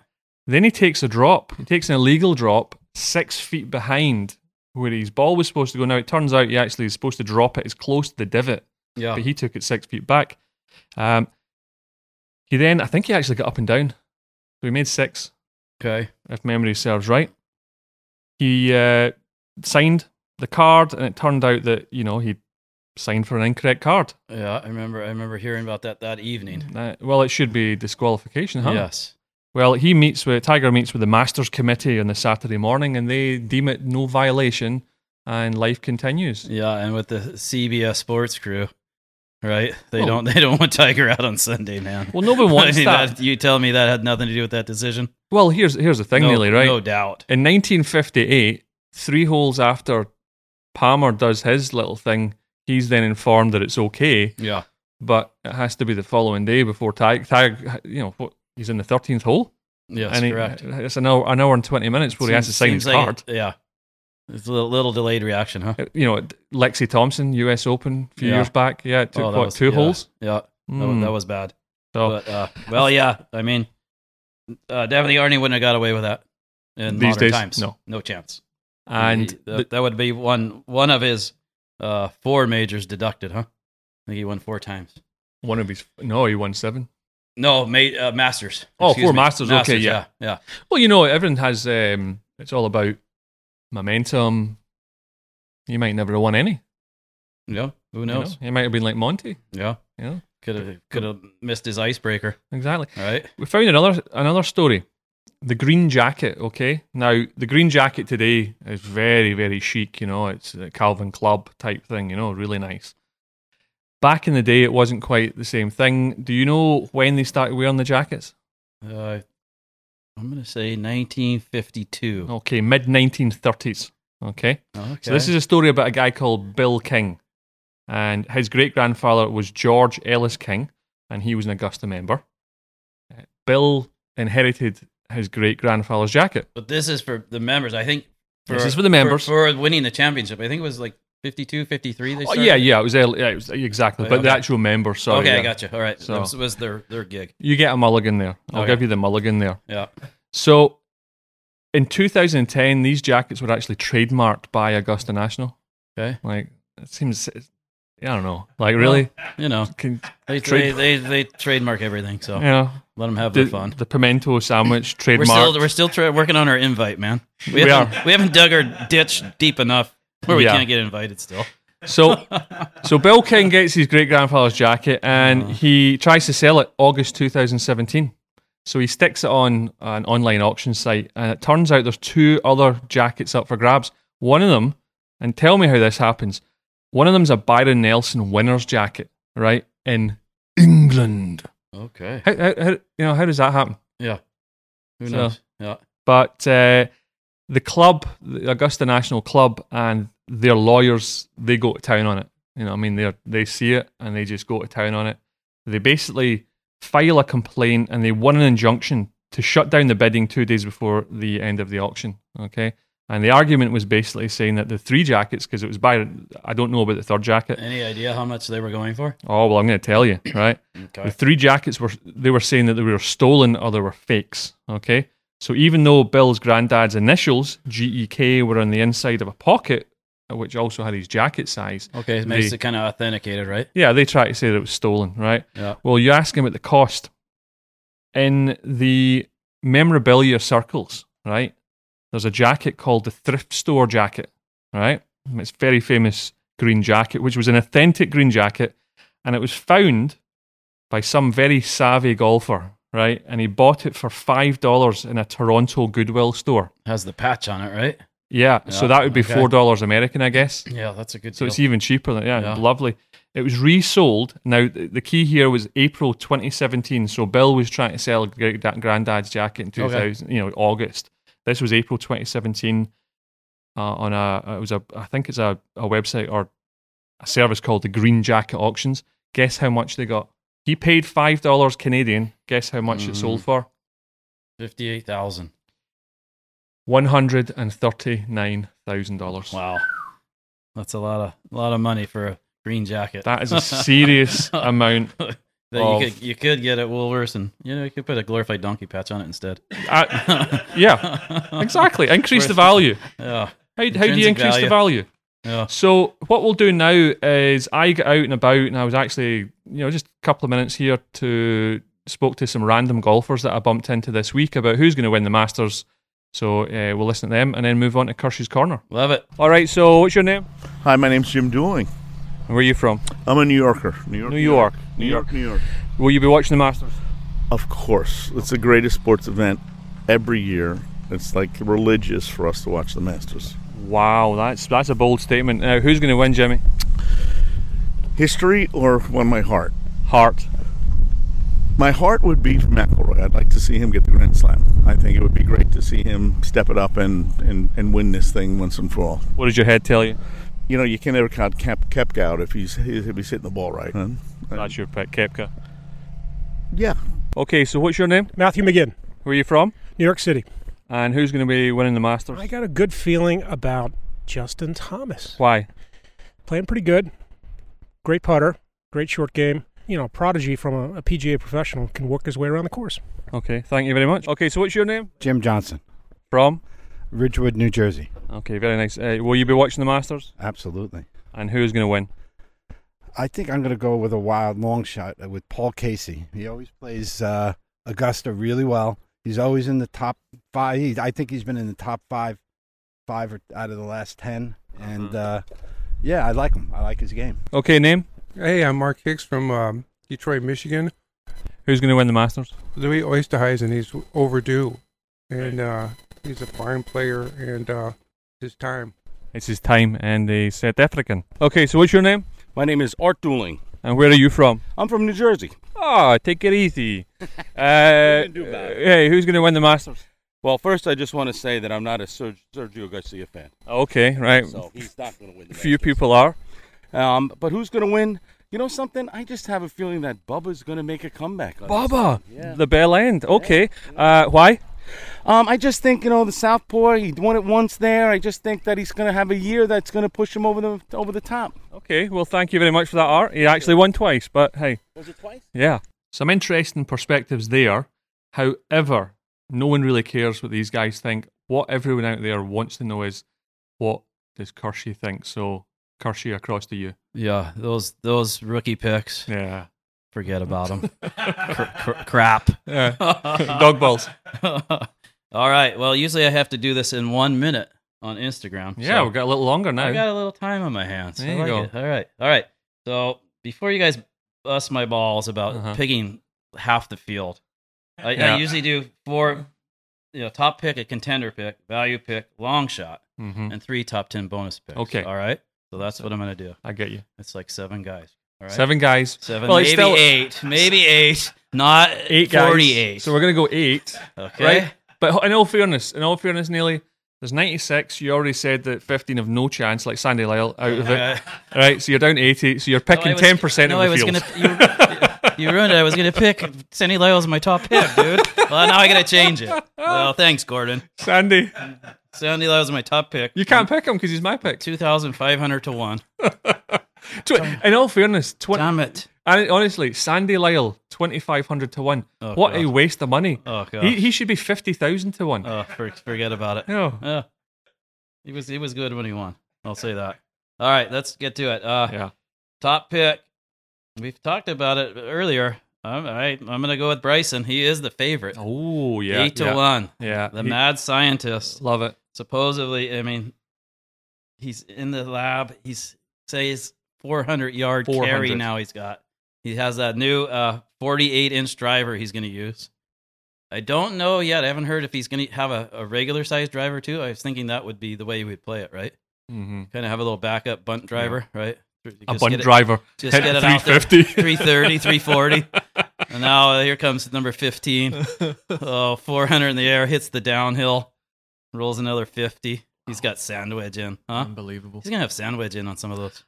Speaker 1: Then he takes a drop. He takes an illegal drop six feet behind where his ball was supposed to go. Now it turns out he actually is supposed to drop it as close to the divot,
Speaker 4: Yeah.
Speaker 1: but he took it six feet back. Um, he then, I think he actually got up and down. So he made six,
Speaker 4: Okay.
Speaker 1: if memory serves right. He uh, signed the card, and it turned out that you know he signed for an incorrect card.
Speaker 4: Yeah, I remember. I remember hearing about that that evening.
Speaker 1: Uh, well, it should be disqualification, huh?
Speaker 4: Yes.
Speaker 1: Well, he meets with Tiger meets with the Masters Committee on the Saturday morning, and they deem it no violation, and life continues.
Speaker 4: Yeah, and with the CBS Sports crew, right? They
Speaker 1: Well-
Speaker 4: don't. *laughs* They don't want Tiger out on Sunday, man.
Speaker 1: Well, no one
Speaker 4: *laughs* I
Speaker 1: wants
Speaker 4: mean,
Speaker 1: that.
Speaker 4: that- You tell me that had nothing to do with that decision?
Speaker 1: Well, here's here's the thing,
Speaker 4: no,
Speaker 1: nearly right?
Speaker 4: No doubt.
Speaker 1: In 1958, three holes after Palmer does his little thing, he's then informed that it's okay,
Speaker 4: Yeah.
Speaker 1: but it has to be the following day before Tiger. Tiger you know, what, he's in the 13th hole,
Speaker 4: Yes,
Speaker 1: and he-
Speaker 4: correct.
Speaker 1: it's an hour, an hour and 20 minutes where he has to
Speaker 4: Seems-
Speaker 1: sign his
Speaker 4: seems like
Speaker 1: card.
Speaker 4: it- yeah. It's a little, little delayed reaction, huh?
Speaker 1: Uh, you know, Lexi Thompson, U.S. Open a few
Speaker 4: Yeah.
Speaker 1: years back. Yeah, it took
Speaker 4: Oh, that
Speaker 1: what
Speaker 4: was-
Speaker 1: two
Speaker 4: yeah,
Speaker 1: holes.
Speaker 4: Yeah, that, was,
Speaker 1: Mm.
Speaker 4: that was bad.
Speaker 1: So-
Speaker 4: But uh, well, yeah. I mean, uh, definitely Arnie wouldn't have got away with that in
Speaker 1: These
Speaker 4: modern
Speaker 1: days,
Speaker 4: times.
Speaker 1: no.
Speaker 4: no chance.
Speaker 1: and
Speaker 4: He-
Speaker 1: the-
Speaker 4: that, that would be one one of his uh, four majors deducted, huh? I think he won four times.
Speaker 1: one of his no, he won seven.
Speaker 4: No, ma- uh, Masters.
Speaker 1: Oh,
Speaker 4: Excuse
Speaker 1: four
Speaker 4: me.
Speaker 1: Masters, okay, yeah.
Speaker 4: yeah, yeah.
Speaker 1: Well, you know, everyone has. Um, it's all about momentum. You might never have won any.
Speaker 4: Yeah, who
Speaker 1: You,
Speaker 4: knows?
Speaker 1: know? you might have been like Monty.
Speaker 4: Yeah,
Speaker 1: Yeah.
Speaker 4: Could have could have missed his icebreaker.
Speaker 1: Exactly.
Speaker 4: All right.
Speaker 1: We found another another story. The green jacket. Okay, now the green jacket today is very very chic. You know, it's a Calvin Club type thing. You know, really nice. Back in the day, it wasn't quite the same thing. Do you know when they started wearing the jackets?
Speaker 4: Uh, I'm gonna say 1952.
Speaker 1: Okay, mid 1930s. Oh, Okay.
Speaker 4: Okay.
Speaker 1: So this is a story about a guy called Bill King, and his great grandfather was George Ellis King, and he was an Augusta member. Uh, Bill inherited his great grandfather's jacket.
Speaker 4: But this is for the members. I think for,
Speaker 1: This is for the members.
Speaker 4: for, for winning the championship. I think it was like 52, 53. They
Speaker 1: Oh,
Speaker 4: started?
Speaker 1: yeah, yeah, it was early, yeah, it was, exactly.
Speaker 4: Oh,
Speaker 1: But the
Speaker 4: okay.
Speaker 1: actual member, sorry.
Speaker 4: okay,
Speaker 1: yeah.
Speaker 4: I got you. All right.
Speaker 1: So-
Speaker 4: So this was their their gig.
Speaker 1: You get a mulligan there. I'll
Speaker 4: Okay.
Speaker 1: give you the mulligan there.
Speaker 4: Yeah.
Speaker 1: So in 2010, these jackets were actually trademarked by Augusta National.
Speaker 4: Okay.
Speaker 1: Like, it seems, I don't know. Like, really?
Speaker 4: You know,
Speaker 1: Can,
Speaker 4: they
Speaker 1: Trade-
Speaker 4: they, they, they trademark everything. So
Speaker 1: you know,
Speaker 4: let them have
Speaker 1: the,
Speaker 4: their fun.
Speaker 1: the pimento sandwich
Speaker 4: *laughs* We're
Speaker 1: trademark.
Speaker 4: still we're still tra- working on our invite, man.
Speaker 1: We
Speaker 4: haven't, We haven't dug our ditch deep enough where we
Speaker 1: Yeah.
Speaker 4: can't get invited. Still. *laughs*
Speaker 1: So, so Bill King gets his great grandfather's jacket and
Speaker 4: Uh-huh.
Speaker 1: he tries to sell it August 2017. So he sticks it on an online auction site, and it turns out there's two other jackets up for grabs. One of them, and tell me how this happens. One of them's a Byron Nelson winner's jacket, right in England.
Speaker 4: Okay.
Speaker 1: How, how, how you know how does that happen?
Speaker 4: Who
Speaker 1: So-
Speaker 4: knows? Yeah.
Speaker 1: But uh, the club, the Augusta National Club, and their lawyers, they go to town on it. You know, what I mean, they they see it and they just go to town on it. They basically file a complaint and they won an injunction to shut down the bidding two days before the end of the auction. Okay, and the argument was basically saying that the three jackets, because it was Byron, I don't know about the third jacket.
Speaker 4: Any idea how much they were going for?
Speaker 1: Oh well, I'm going to tell you, right?
Speaker 4: Okay.
Speaker 1: The three jackets were they were saying that they were stolen or they were fakes. Okay. So even though Bill's granddad's initials, GEK, were on the inside of a pocket, uh, which also had his jacket size,
Speaker 4: Okay, it makes
Speaker 1: They-
Speaker 4: it kind of authenticated, right?
Speaker 1: yeah, they tried to say that it was stolen, right?
Speaker 4: Yeah.
Speaker 1: Well, you ask him at the cost. In the memorabilia circles, right? There's a jacket called the thrift store jacket, right? And It's very famous green jacket, which was an authentic green jacket, and it was found by some very savvy golfer, right? And he bought it for five dollars in a Toronto Goodwill store.
Speaker 4: Has the patch on it, right?
Speaker 1: Yeah, so
Speaker 4: Yeah,
Speaker 1: that would be
Speaker 4: okay.
Speaker 1: four dollars American, I guess.
Speaker 4: Yeah, that's a good.
Speaker 1: So
Speaker 4: deal.
Speaker 1: it's even cheaper. Than, yeah,
Speaker 4: Yeah.
Speaker 1: lovely. It was resold. Now, the, the key here was April 2017. So Bill was trying to sell Great Da- Granddad's jacket in 2000, you know, August. This was April 2017 uh, on a, it was a, I think it's a, a website or a service called the Green Jacket Auctions. Guess how much they got? He paid $5 Canadian. Guess how much it
Speaker 4: Mm.
Speaker 1: sold for?
Speaker 4: fifty-eight thousand.
Speaker 1: $139,000.
Speaker 4: Wow, that's a lot of a lot of money for a green jacket.
Speaker 1: That
Speaker 4: *laughs*
Speaker 1: is a serious amount
Speaker 4: That
Speaker 1: of-
Speaker 4: you could you could get at Woolworths, and you know you could put a glorified donkey patch on it instead.
Speaker 1: I- Uh, yeah, exactly. Increase the value.
Speaker 4: Yeah,
Speaker 1: How, how do you
Speaker 4: Intrinsic
Speaker 1: increase the value?
Speaker 4: yeah.
Speaker 1: So what we'll do now is I got out and about, and I was actually, you know, just a couple of minutes here to spoke to some random golfers that I bumped into this week about who's going to win the Masters. So uh, we'll listen to them and then move on to Kershaw's Corner.
Speaker 4: Love it.
Speaker 1: All right. So what's your name?
Speaker 5: Hi, my name's Jim Dooling.
Speaker 1: Where are you from?
Speaker 5: I'm a New Yorker. New York.
Speaker 1: New York.
Speaker 5: New York, New York.
Speaker 1: Will you be watching the Masters?
Speaker 5: Of course. It's the greatest sports event every year. It's like religious for us to watch the Masters.
Speaker 1: Wow, that's that's a bold statement. Now, who's going to win, Jimmy?
Speaker 5: History or one my heart?
Speaker 1: Heart.
Speaker 5: My heart would be for McElroy. I'd like to see him get the Grand Slam. I think it would be great to see him step it up and, and, and win this thing once and for all.
Speaker 1: What does your head tell you?
Speaker 5: You know, you can never count Kep, Kepka out if he's if he's hitting the ball right. And-
Speaker 1: That's your pick, Kepka.
Speaker 5: yeah.
Speaker 1: Okay, so what's your name?
Speaker 6: Matthew McGinn,
Speaker 1: Where are you from?
Speaker 6: New York City.
Speaker 1: And who's going to be winning the Masters?
Speaker 6: I got a good feeling about Justin Thomas.
Speaker 1: Why?
Speaker 6: Playing pretty good. Great putter, great short game. You know, prodigy from a, a PGA professional can work his way around the course.
Speaker 1: Okay, thank you very much. Okay, so what's your name?
Speaker 7: Jim Johnson,
Speaker 1: From?
Speaker 7: Ridgewood, New Jersey.
Speaker 1: Okay, very nice. Uh, will you be watching the Masters?
Speaker 7: Absolutely.
Speaker 1: And who's going to win?
Speaker 7: I think I'm going to go with a wild long shot with Paul Casey. He always plays uh, Augusta really well. He's always in the top five. He, I think he's been in the top five, five or- out of the last 10 And uh, yeah, I like him. I like his game.
Speaker 1: Okay, name?
Speaker 8: Hey, I'm Mark Hicks from um, Detroit, Michigan.
Speaker 1: Who's going to win the Masters?
Speaker 8: Louis Oesterhuizen, he's overdue, and uh, he's a fine player, and uh, his time.
Speaker 1: It's his time and the South African. Okay, so what's your name?
Speaker 9: My name is Art Dooling.
Speaker 1: And where are you from?
Speaker 9: I'm from New *laughs* Jersey.
Speaker 1: Ah, take it easy.
Speaker 9: you
Speaker 1: Uh,
Speaker 9: gonna do about it?
Speaker 1: hey, who's going to win the Masters?
Speaker 9: *laughs* Well, first, I just want to say that I'm not a Serg- Sergio Garcia fan,
Speaker 1: Okay, right.
Speaker 9: so he's not going to win. The
Speaker 1: Few
Speaker 9: Masters.
Speaker 1: people are.
Speaker 9: Um, but who's going to win? You know something? I just have a feeling that Bubba's going to make a comeback. on this.
Speaker 1: Baba, the bell end. Okay, uh, why?
Speaker 9: Um, I just think you know the Southpaw. He won it once there. I just think that he's going to have a year that's going to push him over the over the top.
Speaker 1: Okay, well, thank you very much for that, Art. He actually won twice, but hey,
Speaker 9: Was it twice?
Speaker 1: yeah. Some interesting perspectives there. However, no one really cares what these guys think. What everyone out there wants to know is what does Kershey think? So, Kershey, across to you.
Speaker 4: Yeah, those those rookie picks.
Speaker 1: Yeah.
Speaker 4: Forget about *laughs* them. *laughs* crap.
Speaker 1: *laughs* Dog balls.
Speaker 4: *laughs* All right. Well, usually I have to do this in one minute on Instagram.
Speaker 1: Yeah,
Speaker 4: so
Speaker 1: we've got a little longer now.
Speaker 4: I got a little time on my hands.
Speaker 1: There
Speaker 4: I
Speaker 1: you
Speaker 4: like
Speaker 1: go.
Speaker 4: it. All right. All right. So before you guys bust my balls about
Speaker 1: Uh-huh.
Speaker 4: picking half the field, I,
Speaker 1: Yeah.
Speaker 4: I usually do four, you know, top pick, a contender pick, value pick, long shot,
Speaker 1: hmm
Speaker 4: and three top ten bonus picks.
Speaker 1: Okay.
Speaker 4: All right. So that's what I'm gonna do.
Speaker 1: I get you.
Speaker 4: It's like seven guys. All right.
Speaker 1: Seven guys.
Speaker 4: Seven,
Speaker 1: Well,
Speaker 4: maybe
Speaker 1: it's still-
Speaker 4: eight, maybe eight, not
Speaker 1: Eight guys.
Speaker 4: forty-eight.
Speaker 1: So we're going to go eight.
Speaker 4: okay,
Speaker 1: right? But in all fairness, in all fairness, Neely, there's 96. You already said that 15 have no chance, like Sandy Lyle out of
Speaker 4: Uh,
Speaker 1: it. right? So you're down 80. So you're
Speaker 4: no, I
Speaker 1: picking
Speaker 4: was-
Speaker 1: 10% of
Speaker 4: no,
Speaker 1: the
Speaker 4: I was
Speaker 1: field.
Speaker 4: Gonna,
Speaker 1: *laughs*
Speaker 4: you, you ruined it. I was gonna pick Sandy Lyle as my top pick, dude. Well, now I gotta change it. Well, thanks, Gordon.
Speaker 1: Sandy,
Speaker 4: Sandy Lyle is my top pick.
Speaker 1: you can't pick him because he's my pick.
Speaker 4: Two thousand five hundred to one.
Speaker 1: Tw- in all fairness, tw-
Speaker 4: Damn it.
Speaker 1: and honestly, Sandy Lyle, 2,500 to 1.
Speaker 4: Oh,
Speaker 1: what a
Speaker 4: God.
Speaker 1: waste of money.
Speaker 4: Oh god.
Speaker 1: he, he should be 50,000 to 1.
Speaker 4: oh, for, forget
Speaker 1: *laughs*
Speaker 4: about it.
Speaker 1: No.
Speaker 4: Yeah. He was he was good when he won. I'll say that. All right, let's get to it. Uh,
Speaker 1: Yeah.
Speaker 4: Top pick. We've talked about it earlier. I'm, all right, I'm gonna go with Bryson. He is the favorite.
Speaker 1: Oh, yeah.
Speaker 4: Eight to
Speaker 1: yeah,
Speaker 4: one.
Speaker 1: Yeah.
Speaker 4: The
Speaker 1: He-
Speaker 4: mad scientist.
Speaker 1: Love it.
Speaker 4: Supposedly, I mean, he's in the lab. He's says 400 yard
Speaker 1: 400.
Speaker 4: carry now. He's got. He has that new uh, 48 inch driver. He's going to use. I don't know yet. I haven't heard if he's going to have a, a regular size driver too. I was thinking that would be the way he would play it, right?
Speaker 1: hmm
Speaker 4: Kind of have a little backup bunt driver, right?
Speaker 1: A
Speaker 4: Just
Speaker 1: bunt
Speaker 4: get it-
Speaker 1: driver.
Speaker 4: just
Speaker 1: Hit
Speaker 4: get it out there.
Speaker 1: 350.
Speaker 4: 330, 340. And now here comes number 15. Oh, 400 in the air, hits the downhill, rolls another 50. He's got sandwich in, huh?
Speaker 1: *laughs* Unbelievable.
Speaker 4: He's going to have sandwich in on some of those.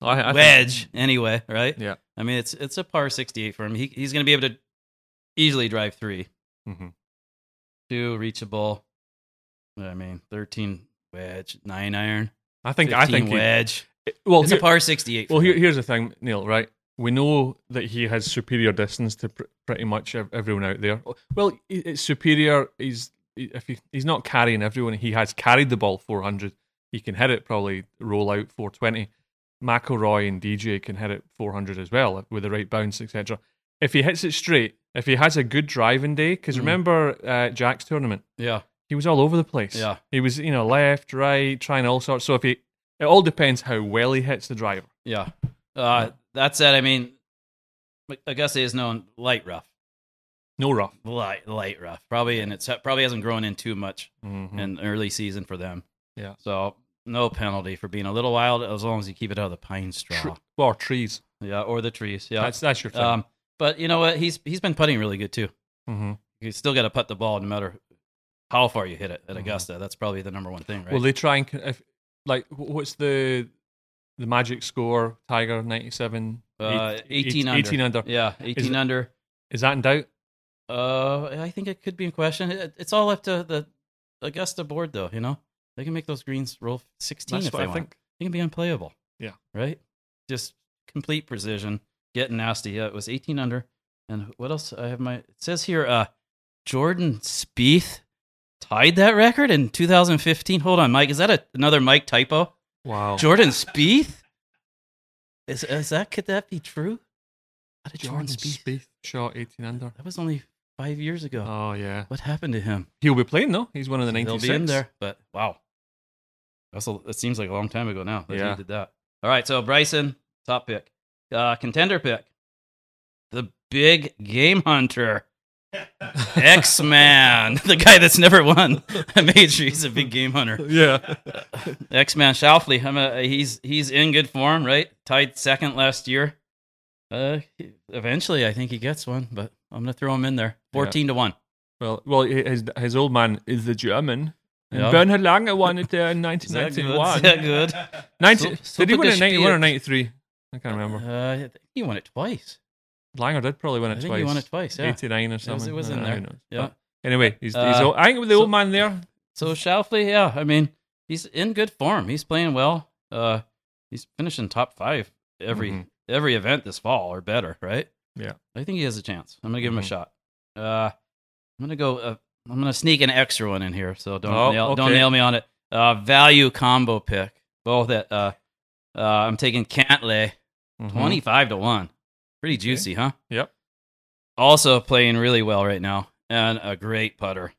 Speaker 1: I, I think-
Speaker 4: Wedge, anyway, right?
Speaker 1: Yeah.
Speaker 4: I mean, it's it's a par 68 for him. He, he's going to be able to easily drive three,
Speaker 1: Mhm.
Speaker 4: two, reachable. I mean, 13 wedge, nine iron.
Speaker 1: I think, I
Speaker 4: 15
Speaker 1: think, he-
Speaker 4: wedge.
Speaker 1: well,
Speaker 4: it's
Speaker 1: here-
Speaker 4: a par 68. for
Speaker 1: Well, here,
Speaker 4: him.
Speaker 1: here's the thing, Neil. Right, we know that he has superior distance to pr- pretty much ev- everyone out there. Well, i- it's superior. He's he- if he, he's not carrying everyone, he has carried the ball 400. He can hit it probably roll out 420. McElroy and DJ can hit it 400 as well with the right bounce, etc. If he hits it straight, if he has a good driving day, because
Speaker 4: Mm.
Speaker 1: remember uh, Jack's tournament,
Speaker 4: Yeah.
Speaker 1: he was all over the place.
Speaker 4: Yeah.
Speaker 1: he was you know left, right, trying all sorts. So if he, it all depends how well he hits the driver.
Speaker 4: Yeah. Uh, that said, I mean, Augusta is known light rough,
Speaker 1: No rough.
Speaker 4: light light
Speaker 1: Mm-hmm.
Speaker 4: rough, probably, and it's probably hasn't grown in too much in early season for them.
Speaker 1: Hmm. Yeah.
Speaker 4: So no penalty for being a little wild as long as you keep it out of the pine straw.
Speaker 1: Well, trees.
Speaker 4: Yeah, or the trees. Yeah,
Speaker 1: That's that's your thing.
Speaker 4: um, but you know what? He's he's been putting really good too.
Speaker 1: hmm
Speaker 4: You still got to putt the ball no matter how far you hit it
Speaker 1: Mm-hmm.
Speaker 4: at Augusta. That's probably the number one thing, right?
Speaker 1: Will they try and c- if like wh- what's the the magic score? Tiger ninety seven.
Speaker 4: uh, 18 under.
Speaker 1: 18 under.
Speaker 4: Yeah, 18
Speaker 1: it-
Speaker 4: under.
Speaker 1: Is that in doubt?
Speaker 4: Uh, I think it could be in question. It, it's all up to the Augusta board, though. You know, they can make those greens roll 16
Speaker 1: That's
Speaker 4: if
Speaker 1: what
Speaker 4: they
Speaker 1: I
Speaker 4: want.
Speaker 1: think.
Speaker 4: They can be unplayable.
Speaker 1: Yeah.
Speaker 4: Right. Just complete precision, getting nasty. Yeah, it was 18 under. And what else? I have my. It says here, uh, Jordan Spieth tied that record in 2015. Hold on, Mike. Is that a, another Mike typo?
Speaker 1: Wow.
Speaker 4: Jordan Spieth. Is, is that could that be true? How did Jordan,
Speaker 1: Jordan
Speaker 4: Spieth?
Speaker 1: Spieth shot eighteen under.
Speaker 4: That was only five years ago.
Speaker 1: Oh yeah.
Speaker 4: What happened to him?
Speaker 1: He'll be playing though. He's one of the ninety
Speaker 4: He'll
Speaker 1: six.
Speaker 4: be in there, but wow. That's a, that seems like a long time ago now that
Speaker 1: Yeah.
Speaker 4: he did that. All right, so Bryson, top pick. Uh, contender pick. The big game *laughs* hunter. X Man, *laughs* the guy that's never *laughs* won. I made sure he's a big game hunter.
Speaker 1: *laughs* Yeah.
Speaker 4: X Man Shoffley, I'm a, he's he's in good form, right? Tied second last year. Uh, he- eventually, I think he gets one, but I'm gonna throw him in there. Fourteen to one.
Speaker 1: Well, well, hi- his his old man is the German. And
Speaker 4: Yeah.
Speaker 1: Bernhard Langer won it there in
Speaker 4: Is that good?
Speaker 1: 1991.
Speaker 4: Is that *laughs* good?
Speaker 1: 90,
Speaker 4: So-
Speaker 1: did he
Speaker 4: so
Speaker 1: win it
Speaker 4: did
Speaker 1: in 91 or
Speaker 4: Spieth.
Speaker 1: 93? I can't remember.
Speaker 4: Uh, I think he won it twice.
Speaker 1: Langer did probably win it
Speaker 4: I think
Speaker 1: twice.
Speaker 4: he won it twice. Yeah.
Speaker 1: 89 or
Speaker 4: it was,
Speaker 1: something.
Speaker 4: it was
Speaker 1: I
Speaker 4: in
Speaker 1: don't know,
Speaker 4: there.
Speaker 1: who knows.
Speaker 4: Yeah.
Speaker 1: But anyway, he's, he's
Speaker 4: Uh,
Speaker 1: old, I think with the
Speaker 4: so-
Speaker 1: old man there.
Speaker 4: So Shoffley, yeah, I mean, he's in good form. He's playing well. Uh, he's finishing top five every
Speaker 1: Mhm.
Speaker 4: every event this fall or better, right?
Speaker 1: Yeah.
Speaker 4: I think he has a chance. I'm gonna give him
Speaker 1: Mhm.
Speaker 4: a shot. Uh, I'm gonna go. Uh, I'm gonna sneak an extra one in here, so don't
Speaker 1: Oh,
Speaker 4: nail, don't
Speaker 1: okay.
Speaker 4: nail me on it. Uh, value combo pick. Both at uh, uh, I'm taking Cantley
Speaker 1: Mhm.
Speaker 4: 25 to 1. Pretty juicy, huh?
Speaker 1: Yep.
Speaker 4: Also playing really well right now and a great putter.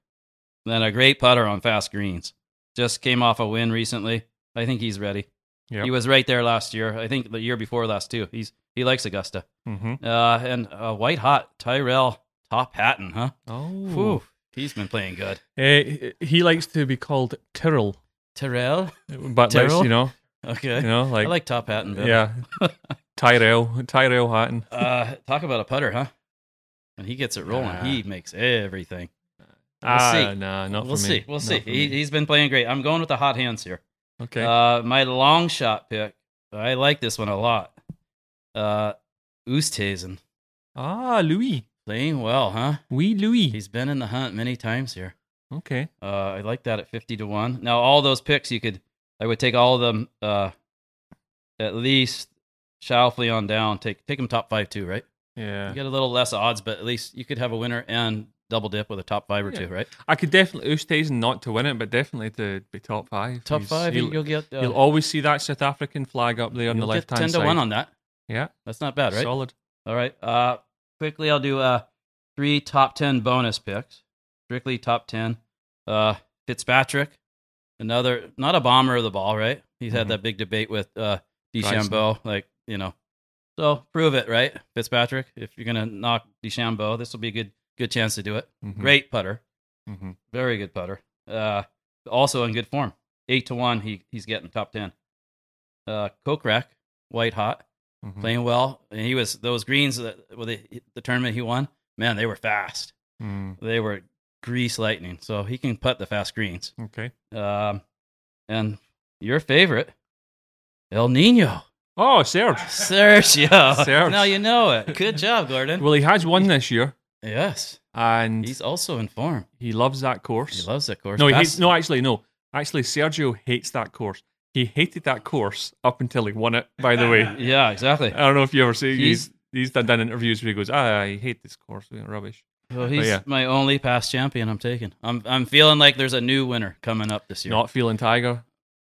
Speaker 4: Then a great putter on fast greens. Just came off a win recently. I think he's ready.
Speaker 1: Yep.
Speaker 4: He was right there last year. I think the year before last too. He's he likes Augusta.
Speaker 1: Mhm.
Speaker 4: Uh, and uh, white hot Tyrell Top Hatton, huh?
Speaker 1: Oh.
Speaker 4: Whew. He's been playing good.
Speaker 1: Eh, he likes to be called Tyrrell,
Speaker 4: Tyrell.
Speaker 1: but let's,
Speaker 4: Tyrrell?
Speaker 1: you know,
Speaker 4: Okay.
Speaker 1: you know, like,
Speaker 4: I like Top Hatton better.
Speaker 1: yeah,
Speaker 4: *laughs*
Speaker 1: Tyrell, Tyrell Hatton.
Speaker 4: Uh, talk about a putter, huh? And he gets it rolling. he makes everything.
Speaker 1: ah,
Speaker 4: see.
Speaker 1: nah, not
Speaker 4: we'll
Speaker 1: for me.
Speaker 4: see. We'll
Speaker 1: Not
Speaker 4: see.
Speaker 1: for
Speaker 4: He,
Speaker 1: me.
Speaker 4: he's been playing great. I'm going with the hot hands here.
Speaker 1: okay.
Speaker 4: Uh, my long shot pick. I like this one a lot. Uh, Oosthuizen
Speaker 1: ah, Louis,
Speaker 4: playing well, huh?
Speaker 1: oui, Louis.
Speaker 4: He's been in the hunt many times here.
Speaker 1: okay.
Speaker 4: Uh, I like that at fifty to one. Now all those picks you could, I would take all of them. Uh, at least Shoufley on down. Take take him top five too, right?
Speaker 1: Yeah,
Speaker 4: You get a little less odds, but at least you could have a winner and double dip with a top five or
Speaker 1: Yeah.
Speaker 4: two, right?
Speaker 1: I could definitely Oosthuizen not to win it, but definitely to be top five.
Speaker 4: Top
Speaker 1: He's-
Speaker 4: five,
Speaker 1: He'll,
Speaker 4: and you'll get uh,
Speaker 1: you'll always see that South African flag up there on the
Speaker 4: you'll get
Speaker 1: left hand
Speaker 4: ten
Speaker 1: side.
Speaker 4: to one on that.
Speaker 1: Yeah,
Speaker 4: That's not bad, right?
Speaker 1: solid.
Speaker 4: All right. Uh, quickly, I'll do uh, three top 10 bonus picks. Strictly top 10. Uh, Fitzpatrick, another, not a bomber of the ball, right? He's had
Speaker 1: Mhm.
Speaker 4: that big debate with uh,
Speaker 1: Bryson.
Speaker 4: DeChambeau, like, you know. So prove it, right? Fitzpatrick, if you're going to knock DeChambeau, this will be a good, good chance to do it.
Speaker 1: Mhm.
Speaker 4: Great putter.
Speaker 1: Mhm.
Speaker 4: Very good putter. Uh, also in good form. Eight to one, he, he's getting top 10. Uh, Kokrak, white hot
Speaker 1: Mhm.
Speaker 4: Mm-hmm. playing well. And he was those greens that well, the, the tournament he won. Man, they were fast.
Speaker 1: Mm,
Speaker 4: They were grease lightning. So he can putt the fast greens.
Speaker 1: okay.
Speaker 4: Um, and your favorite, El Nino,
Speaker 1: Oh, Serge.
Speaker 4: Ah, Sergio.
Speaker 1: Serge.
Speaker 4: Now you know it. Good job, Gordon.
Speaker 1: Well, he has won this year,
Speaker 4: yes,
Speaker 1: and
Speaker 4: he's also in form.
Speaker 1: he loves that
Speaker 4: He
Speaker 1: course.
Speaker 4: loves that course.
Speaker 1: no, he
Speaker 4: Pass-
Speaker 1: hates, no, actually, no. Actually, Sergio hates that course. He hated that course up until he won it. By the
Speaker 4: *laughs*
Speaker 1: way, I
Speaker 4: Yeah, exactly.
Speaker 1: don't know if you ever see he's
Speaker 4: He's-
Speaker 1: he's done, done interviews where he goes, "Ah, I hate this course. Rubbish."
Speaker 4: Well, he's
Speaker 1: yeah.
Speaker 4: my only past champion. I'm taking. I'm. I'm feeling like there's a new winner coming up this year.
Speaker 1: Not feeling Tiger.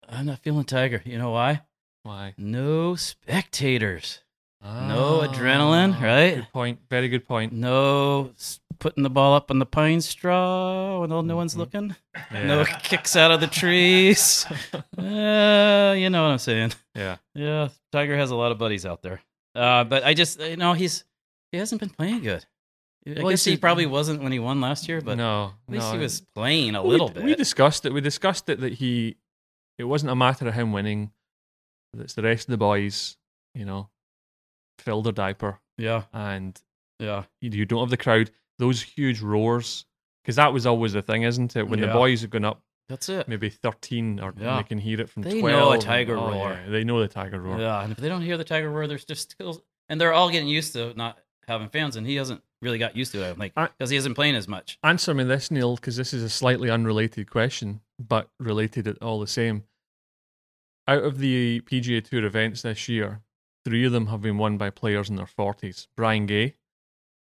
Speaker 4: I'm not feeling Tiger. You know why?
Speaker 1: Why?
Speaker 4: No spectators. No adrenaline,
Speaker 1: Ah,
Speaker 4: right?
Speaker 1: Good point. Very good
Speaker 4: *laughs*
Speaker 1: point.
Speaker 4: No s- putting the ball up on the pine straw when all-
Speaker 1: Mm-hmm.
Speaker 4: no one's looking. No *laughs* kicks out of the trees. uh, you know what I'm saying?
Speaker 1: Yeah.
Speaker 4: Yeah, Tiger has a lot of buddies out there. Uh, but I just you know he's he hasn't been playing good. I
Speaker 1: Well, he's
Speaker 4: guess he
Speaker 1: just-
Speaker 4: probably wasn't when he won last year, but
Speaker 1: no,
Speaker 4: at least
Speaker 1: no.
Speaker 4: he was playing a
Speaker 1: Well,
Speaker 4: little
Speaker 1: we,
Speaker 4: bit.
Speaker 1: We discussed it. We discussed it that he It wasn't a matter of him winning. It's the rest of the boys, you know, filled their diaper,
Speaker 4: Yeah.
Speaker 1: and
Speaker 4: Yeah.
Speaker 1: you, you don't have the crowd. Those huge roars, because that was always the thing, isn't it? When the
Speaker 4: Yeah.
Speaker 1: boys have gone up
Speaker 4: That's it.
Speaker 1: maybe 13 or
Speaker 4: Yeah.
Speaker 1: they can hear it from
Speaker 4: They
Speaker 1: 12.
Speaker 4: know a
Speaker 1: and-
Speaker 4: tiger
Speaker 1: oh,
Speaker 4: roar.
Speaker 1: yeah, they know the tiger roar.
Speaker 4: Yeah, and if they don't hear the tiger roar, there's just still, and they're all getting used to not having fans, and he hasn't really got used to it. Like
Speaker 1: I-
Speaker 4: because he isn't playing as much.
Speaker 1: Answer me this, Neil, because this is a slightly unrelated question, but related it all the same. Out of the PGA Tour events this year, three of them have been won by players in their 40s Brian Gay,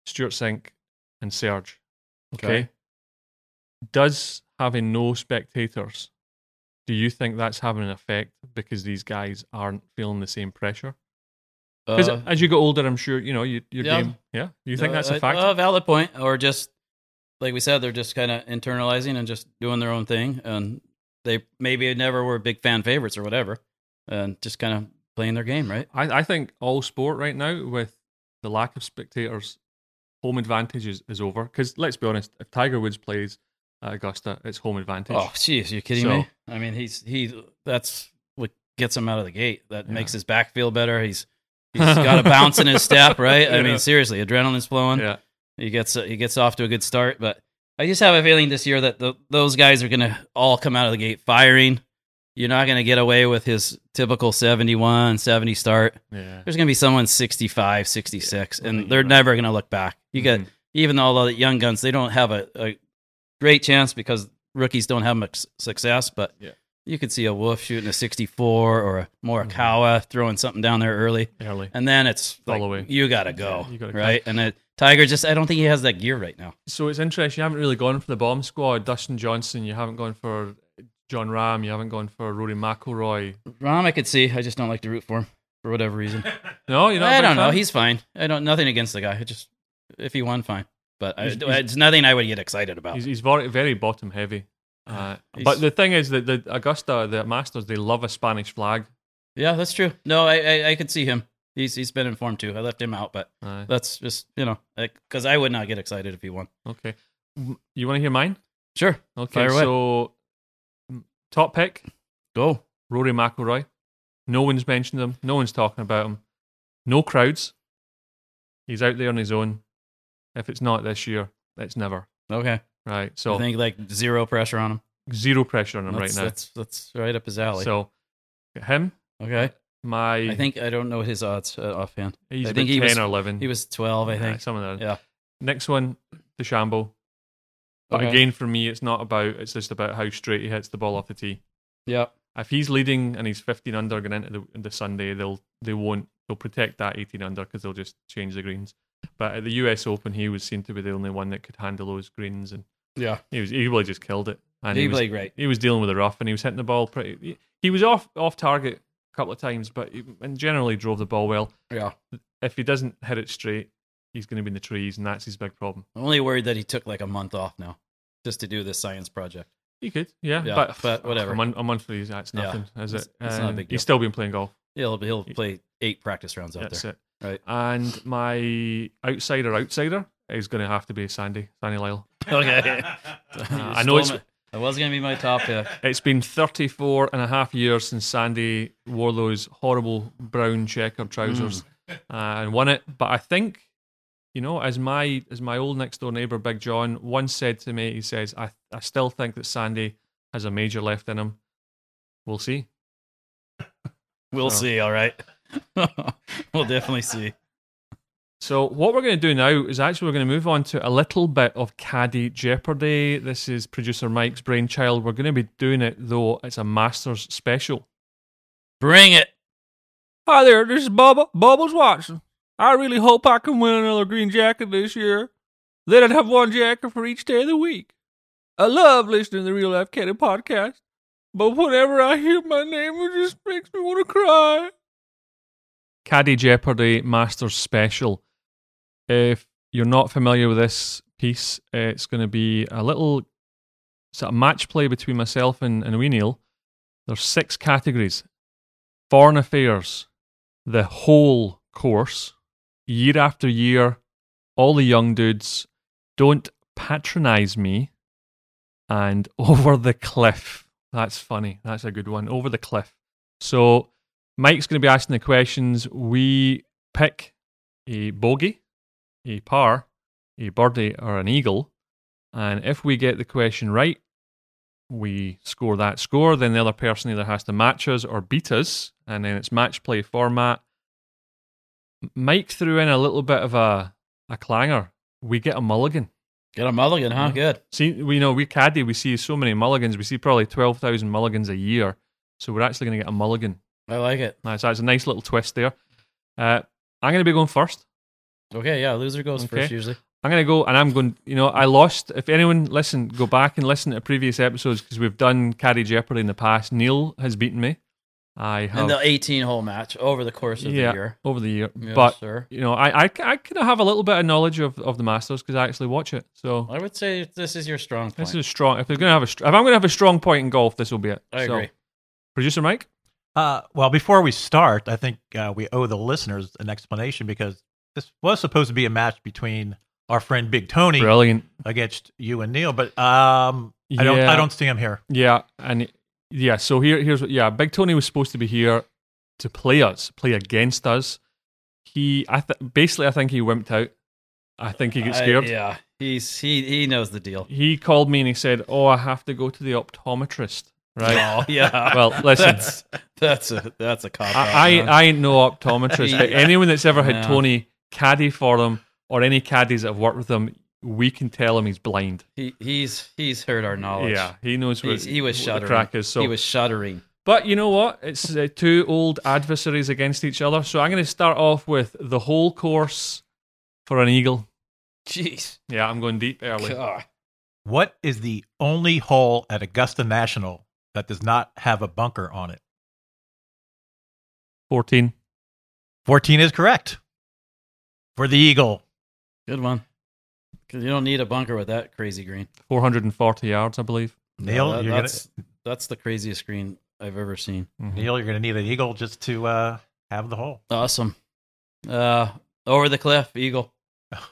Speaker 1: Stuart Sink, and Serge. Okay.
Speaker 4: Okay.
Speaker 1: Does having no spectators, do you think that's having an effect because these guys aren't feeling the same pressure? Because
Speaker 4: Uh,
Speaker 1: as you get older, I'm sure you know you, your
Speaker 4: yeah.
Speaker 1: game. Yeah, you think
Speaker 4: uh,
Speaker 1: that's
Speaker 4: uh,
Speaker 1: a fact?
Speaker 4: A valid point, or just like we said, they're just kind of internalizing and just doing their own thing, and they maybe never were big fan favorites or whatever, and just kind of playing their game, right?
Speaker 1: I, I think all sport right now with the lack of spectators, home advantage is, is over. Because let's be honest, if Tiger Woods plays at Augusta, it's home advantage.
Speaker 4: Oh, jeez, you kidding
Speaker 1: So-
Speaker 4: me? I mean, he's he. That's what gets him out of the gate. That
Speaker 1: Yeah.
Speaker 4: makes his back feel better.
Speaker 1: *laughs*
Speaker 4: He's he's got a bounce in his step, right? I
Speaker 1: Yeah.
Speaker 4: mean, seriously, adrenaline's flowing.
Speaker 1: yeah,
Speaker 4: He gets he gets off to a good start, but I just have a feeling this year that the, those guys are going to all come out of the gate firing. You're not going to get away with his typical 71, 70 start.
Speaker 1: yeah.
Speaker 4: There's going to be someone 65, 66,
Speaker 1: I think
Speaker 4: and they're
Speaker 1: you're right.
Speaker 4: never going to look back. You got
Speaker 1: Mhm.
Speaker 4: even all the young guns, they don't have a, a great chance because rookies don't have much success. But
Speaker 1: Yeah.
Speaker 4: you could see a Wolf shooting a 64 or a Morikawa
Speaker 1: Mm-hmm.
Speaker 4: throwing something down there early,
Speaker 1: early.
Speaker 4: and then it's
Speaker 1: All
Speaker 4: like,
Speaker 1: the way.
Speaker 4: you gotta go,
Speaker 1: Yeah, you gotta go.
Speaker 4: right? And it, Tiger just—I don't think he has that gear right now.
Speaker 1: So it's interesting. You haven't really gone for the bomb squad, Dustin Johnson. You haven't gone for John Rahm. You haven't gone for Rory McIlroy.
Speaker 4: Rom, I could see. I just don't like to root for him for whatever reason.
Speaker 1: No, *laughs* you know.
Speaker 4: I don't know. He's fine. I don't. Nothing against the guy. I just if he won, fine. But I,
Speaker 1: He's- he's-
Speaker 4: it's nothing I would get excited about.
Speaker 1: he's, he's very, very bottom heavy. Uh, but
Speaker 4: He's-
Speaker 1: the thing is that the Augusta, the Masters, they love a Spanish flag.
Speaker 4: Yeah, that's true. No, I, I I could see him. He's he's been informed too. I left him out, but
Speaker 1: Uh,
Speaker 4: that's just you know because I would not get excited if he won.
Speaker 1: okay. M- You want to hear mine?
Speaker 4: Sure,
Speaker 1: Okay,
Speaker 4: Fire away.
Speaker 1: so m- top pick
Speaker 4: go.
Speaker 1: Rory McIlroy. No one's mentioned him. No one's talking about him. No crowds. He's out there on his own. If it's not this year, it's never.
Speaker 4: Okay,
Speaker 1: Right.
Speaker 4: so I
Speaker 1: So
Speaker 4: think like zero pressure on him.
Speaker 1: zero pressure on him
Speaker 4: That's,
Speaker 1: right
Speaker 4: that's that's right up his
Speaker 1: now.
Speaker 4: alley.
Speaker 1: So him,
Speaker 4: okay,
Speaker 1: my
Speaker 4: I think I don't know his odds uh, offhand.
Speaker 1: he's
Speaker 4: I
Speaker 1: about
Speaker 4: think he
Speaker 1: ten
Speaker 4: was-
Speaker 1: or eleven.
Speaker 4: He was twelve, I
Speaker 1: Yeah,
Speaker 4: think.
Speaker 1: something like that.
Speaker 4: Yeah.
Speaker 1: Next one, the shamble. But
Speaker 4: Okay.
Speaker 1: again, for me, it's not about. It's just about how straight he hits the ball off the tee.
Speaker 4: Yep.
Speaker 1: if he's leading and he's 15 under going into the, the Sunday, they'll they won't they'll protect that 18 under because they'll just change the greens. But at the U.S. Open, he was seen to be the only one that could handle those greens, and
Speaker 4: Yeah.
Speaker 1: he was he really just killed it. And
Speaker 4: he,
Speaker 1: he, was
Speaker 4: played great.
Speaker 1: he was dealing with the rough, and he was hitting the ball pretty. He, he was off off target a couple of times, but he, and generally drove the ball well.
Speaker 4: Yeah.
Speaker 1: If he doesn't hit it straight, he's going to be in the trees, and that's his big problem.
Speaker 4: I'm only worried that he took like a month off now just to do this science project.
Speaker 1: He could, yeah,
Speaker 4: Yeah,
Speaker 1: but,
Speaker 4: but whatever.
Speaker 1: A month, a month for these, that's
Speaker 4: Yeah,
Speaker 1: nothing, is it?
Speaker 4: it's- it's not a
Speaker 1: And
Speaker 4: big deal.
Speaker 1: He's still been playing golf.
Speaker 4: He'll he'll play eight practice rounds out
Speaker 1: That's *laughs*
Speaker 4: there.
Speaker 1: it.
Speaker 4: Right.
Speaker 1: And my outsider outsider is going to have to be Sandy, Sandy Lyle.
Speaker 4: *laughs* Okay,
Speaker 1: *laughs* I know it's-
Speaker 4: That was gonna be my top pick.
Speaker 1: It's been 34 and a half years since Sandy wore those horrible brown checker trousers
Speaker 4: Mm.
Speaker 1: uh, and won it. But I think, you know, as my as my old next door neighbour Big John once said to me, he says, "I I still think that Sandy has a major left in him. We'll see."
Speaker 4: We'll
Speaker 1: So-
Speaker 4: see. All right. *laughs* we'll definitely see.
Speaker 1: So what we're going to do now is actually we're going to move on to a little bit of Caddy Jeopardy. This is producer Mike's brainchild. We're going to be doing it though. It's a Masters special.
Speaker 4: Bring it.
Speaker 1: Hi there, this is Bubba Bubbles Watson. I really hope I can win another green jacket this year. Then I'd have one jacket for each day of the week. I love listening to the Real Life Caddy podcast, but whenever I hear my name, it just makes me want to cry. Caddy Jeopardy Masters Special. If you're not familiar with this piece, it's going to be a little sort of match play between myself and, and Wee Neil. There's six categories foreign affairs, the whole course, year after year, all the young dudes, *laughs* don't patronize me, and over the cliff. That's funny. That's a good one. Over the cliff. So Mike's going to be asking the questions. We pick a bogey, a par, a birdie, or an eagle. And if we get the question right, we score that score. Then the other person either has to match us or beat us. And then it's match play format. Mike threw in a little bit of a, a clanger. We get a mulligan.
Speaker 4: Get a mulligan, huh?
Speaker 1: Yeah.
Speaker 4: Good.
Speaker 1: See, we know we caddy, we see so many mulligans. We see probably 12,000 mulligans a year. So we're actually going to get a mulligan.
Speaker 4: I like it.
Speaker 1: Nice. That's a nice little twist there. Uh, I'm going to be going first.
Speaker 4: Okay, yeah. Loser goes
Speaker 1: Okay.
Speaker 4: first usually.
Speaker 1: I'm going to go, and I'm going. You know, I lost. If anyone listen, go back and listen to previous episodes because we've done Caddy Jeopardy in the past. Neil has beaten me. I
Speaker 4: In
Speaker 1: have,
Speaker 4: the 18 hole match over the course of
Speaker 1: yeah,
Speaker 4: the year.
Speaker 1: over the year.
Speaker 4: Yes,
Speaker 1: but
Speaker 4: sir.
Speaker 1: you know, I I, I kind of have a little bit of knowledge of, of the Masters because I actually watch it. So
Speaker 4: I would say this is your strong point.
Speaker 1: this is a strong. If they're going to have a, str- if I'm going to have a strong point in golf, this will be it.
Speaker 4: I
Speaker 1: so,
Speaker 4: agree.
Speaker 1: Producer Mike,
Speaker 10: Uh, well, before we start, I think uh, we owe the listeners an explanation because this was supposed to be a match between our friend Big Tony
Speaker 1: brilliant.
Speaker 10: against you and Neil, but um, I don't,
Speaker 1: Yeah.
Speaker 10: I don't see him here.
Speaker 1: Yeah, and yeah, so here, here's what. Yeah, Big Tony was supposed to be here to play us, play against us. He, I th- basically, I think he wimped out. I think he got
Speaker 4: I-
Speaker 1: scared.
Speaker 4: yeah, he's he he knows the deal.
Speaker 1: He called me and he said, "Oh, I have to go to the optometrist." Right?
Speaker 4: Oh
Speaker 1: *laughs*
Speaker 4: yeah.
Speaker 1: Well, listen.
Speaker 4: that's that's a that's a cop.
Speaker 1: I, I, I ain't no
Speaker 4: *laughs*
Speaker 1: optometrist, but
Speaker 4: Oh, Yeah.
Speaker 1: anyone that's ever had
Speaker 4: No.
Speaker 1: Tony caddy for him or any caddies that have worked with him, we can tell him he's blind.
Speaker 4: he, he's he's heard our knowledge.
Speaker 1: Yeah, he knows what,
Speaker 4: He's, he was
Speaker 1: what the
Speaker 4: shuddering.
Speaker 1: crack is. So
Speaker 4: He was shuddering.
Speaker 1: But you know what? It's uh, two old adversaries against each other. So I'm going to start off with the whole course for an eagle.
Speaker 4: Jeez.
Speaker 1: Yeah, I'm going deep early.
Speaker 4: God.
Speaker 10: What is the only hole at Augusta National that does not have a bunker on it?
Speaker 1: 14.
Speaker 10: 14 is correct for the Eagle.
Speaker 4: Good one. Because you don't need a bunker with that crazy green.
Speaker 1: 440 yards, I believe.
Speaker 10: Neil,
Speaker 4: that-
Speaker 10: you're gonna,
Speaker 4: that's that's the craziest green I've ever seen.
Speaker 10: Neil, you're going to need an Eagle just to uh, have the hole. *laughs*
Speaker 4: Awesome. Uh, over the cliff, eagle.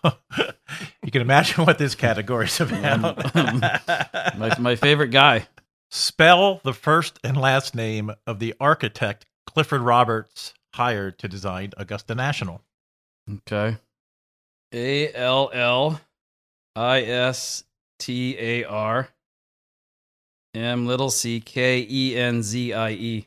Speaker 10: you can
Speaker 4: *laughs*
Speaker 10: imagine what this category's about.
Speaker 4: Mm. My my favorite guy.
Speaker 10: Spell the first and last name of the architect Clifford Roberts hired to design Augusta National.
Speaker 4: Okay. A L L I S T A R M little C K E N Z I E.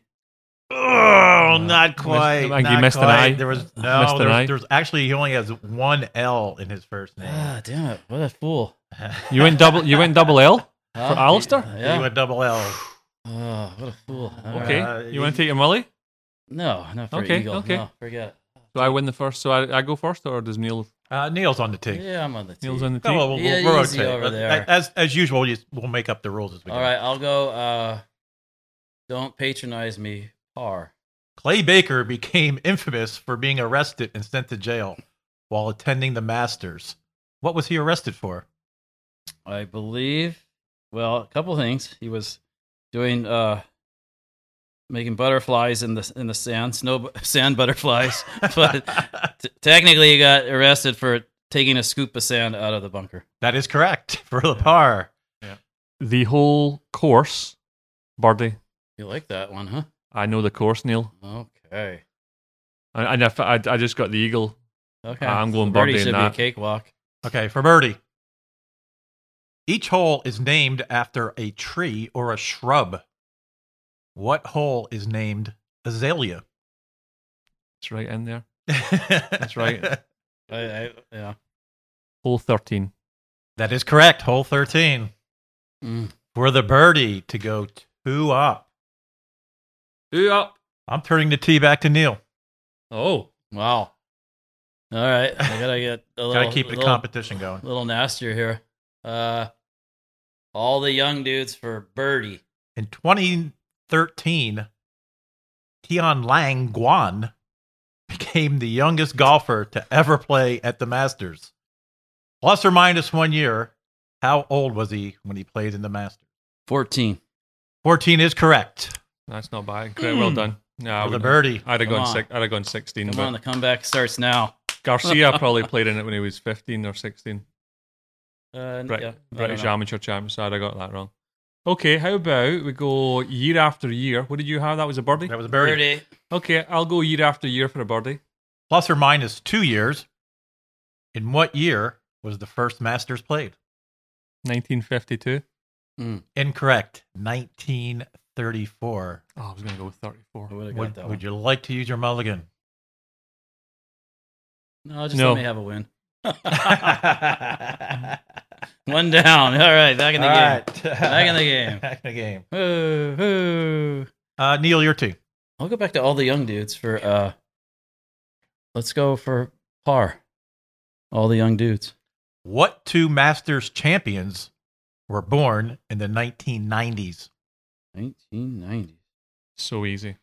Speaker 10: Oh, not
Speaker 1: quite, I think you
Speaker 10: not
Speaker 1: missed an
Speaker 10: quite.
Speaker 1: eye.
Speaker 10: There was
Speaker 1: Missed an
Speaker 10: no. There
Speaker 1: eye.
Speaker 10: was, there was actually he only has one L in his first name.
Speaker 4: Ah, damn it. What a fool.
Speaker 10: *laughs*
Speaker 1: You went double You went double L?
Speaker 4: Huh?
Speaker 1: For Alistair?
Speaker 10: Yeah.
Speaker 4: Yeah.
Speaker 10: He went double L.
Speaker 4: Ah, what a fool. All
Speaker 1: Okay.
Speaker 4: right.
Speaker 10: Uh,
Speaker 1: you want to take your mully?
Speaker 4: No, not for
Speaker 1: Okay,
Speaker 4: Eagle.
Speaker 1: okay.
Speaker 4: No, forget
Speaker 1: So I win the first. So I, I go first, or does Neil
Speaker 10: Uh, Neil's on the
Speaker 4: it.
Speaker 10: tee.
Speaker 4: Yeah, I'm on the team.
Speaker 1: Neil's on the
Speaker 10: Oh,
Speaker 1: team?
Speaker 10: well, we'll,
Speaker 4: Yeah,
Speaker 10: we'll
Speaker 4: easy
Speaker 10: rotate.
Speaker 4: over
Speaker 10: Uh,
Speaker 4: there.
Speaker 10: As as usual, you- we'll make up the rules as we
Speaker 4: All
Speaker 10: go.
Speaker 4: right, I'll go. Uh, don't patronize me, par.
Speaker 10: Clay Baker became infamous for being arrested and sent to jail while attending the Masters. What was he arrested for?
Speaker 4: I believe. Well, a couple things. He was doing uh making butterflies in the in the sand, snow *laughs* bu- sand *laughs* butterflies.
Speaker 10: *laughs*
Speaker 4: but t- technically, he got arrested for taking a scoop of sand out of the bunker.
Speaker 10: That is correct for the par.
Speaker 1: The whole course, birdie.
Speaker 4: You like that one, huh?
Speaker 1: I know the course, Neil.
Speaker 4: Okay.
Speaker 1: And and if I, I, just got the eagle.
Speaker 4: Okay.
Speaker 1: I'm going
Speaker 4: birdie
Speaker 1: birdie in
Speaker 4: should
Speaker 1: that.
Speaker 4: be a cakewalk.
Speaker 10: Okay, for birdie. Each hole is named after a tree or a shrub. What hole is named azalea?
Speaker 1: It's right in there.
Speaker 10: That's
Speaker 1: right.
Speaker 4: I, I, yeah.
Speaker 1: Hole 13.
Speaker 10: *laughs* That is correct. Hole 13
Speaker 4: Mm.
Speaker 10: for the birdie to go two up.
Speaker 1: Who up?
Speaker 10: I'm turning the tee back to Neil.
Speaker 1: Oh.
Speaker 4: Wow. All *laughs* right. I gotta get a little.
Speaker 10: Got to keep the
Speaker 4: little-
Speaker 10: competition going.
Speaker 4: little nastier here. Uh, all the young dudes for birdie.
Speaker 10: In 2013, Tian Lang Guan *laughs* became the youngest golfer to ever play at the Masters. Plus or minus one year, how old was he when he played in the Masters?
Speaker 4: 14.
Speaker 10: 14 is correct
Speaker 1: That's not bad. Great, Well done. No, I
Speaker 10: for the
Speaker 1: wouldn't-
Speaker 10: birdie.
Speaker 1: I'd have
Speaker 4: Come
Speaker 1: gone
Speaker 4: on.
Speaker 1: six. I'd have gone sixteen.
Speaker 4: Come
Speaker 1: but
Speaker 4: on, the comeback starts now.
Speaker 1: Garcia
Speaker 4: *laughs*
Speaker 1: probably played in it when he was fifteen or sixteen.
Speaker 4: Uh,
Speaker 1: Brit-
Speaker 4: yeah, I don't
Speaker 1: British
Speaker 4: know.
Speaker 1: amateur champion. So I'd have got that wrong. Okay, how about we go year after year? What did you have? That was a birdie?
Speaker 10: That was a birdie. Birdie.
Speaker 1: Okay, I'll go year after year for a birdie.
Speaker 10: Plus or minus two years. In what year was the first Masters played?
Speaker 1: 1952.
Speaker 10: Incorrect. 1934.
Speaker 1: Oh, I was going to go with 34.
Speaker 10: Would, would you like to use your mulligan?
Speaker 4: No, just
Speaker 1: No.
Speaker 4: let me have a win. *laughs* One down. All right, back in the
Speaker 10: All
Speaker 4: game.
Speaker 10: right.
Speaker 4: Back in the game.
Speaker 10: *laughs* Back in the game.
Speaker 4: Ooh, ooh.
Speaker 10: Uh, Neil, your two.
Speaker 4: I'll go back to all the young dudes for uh let's go for par. All the young dudes.
Speaker 10: What two Masters champions were born in the 1990s?
Speaker 4: 1990.
Speaker 1: So easy.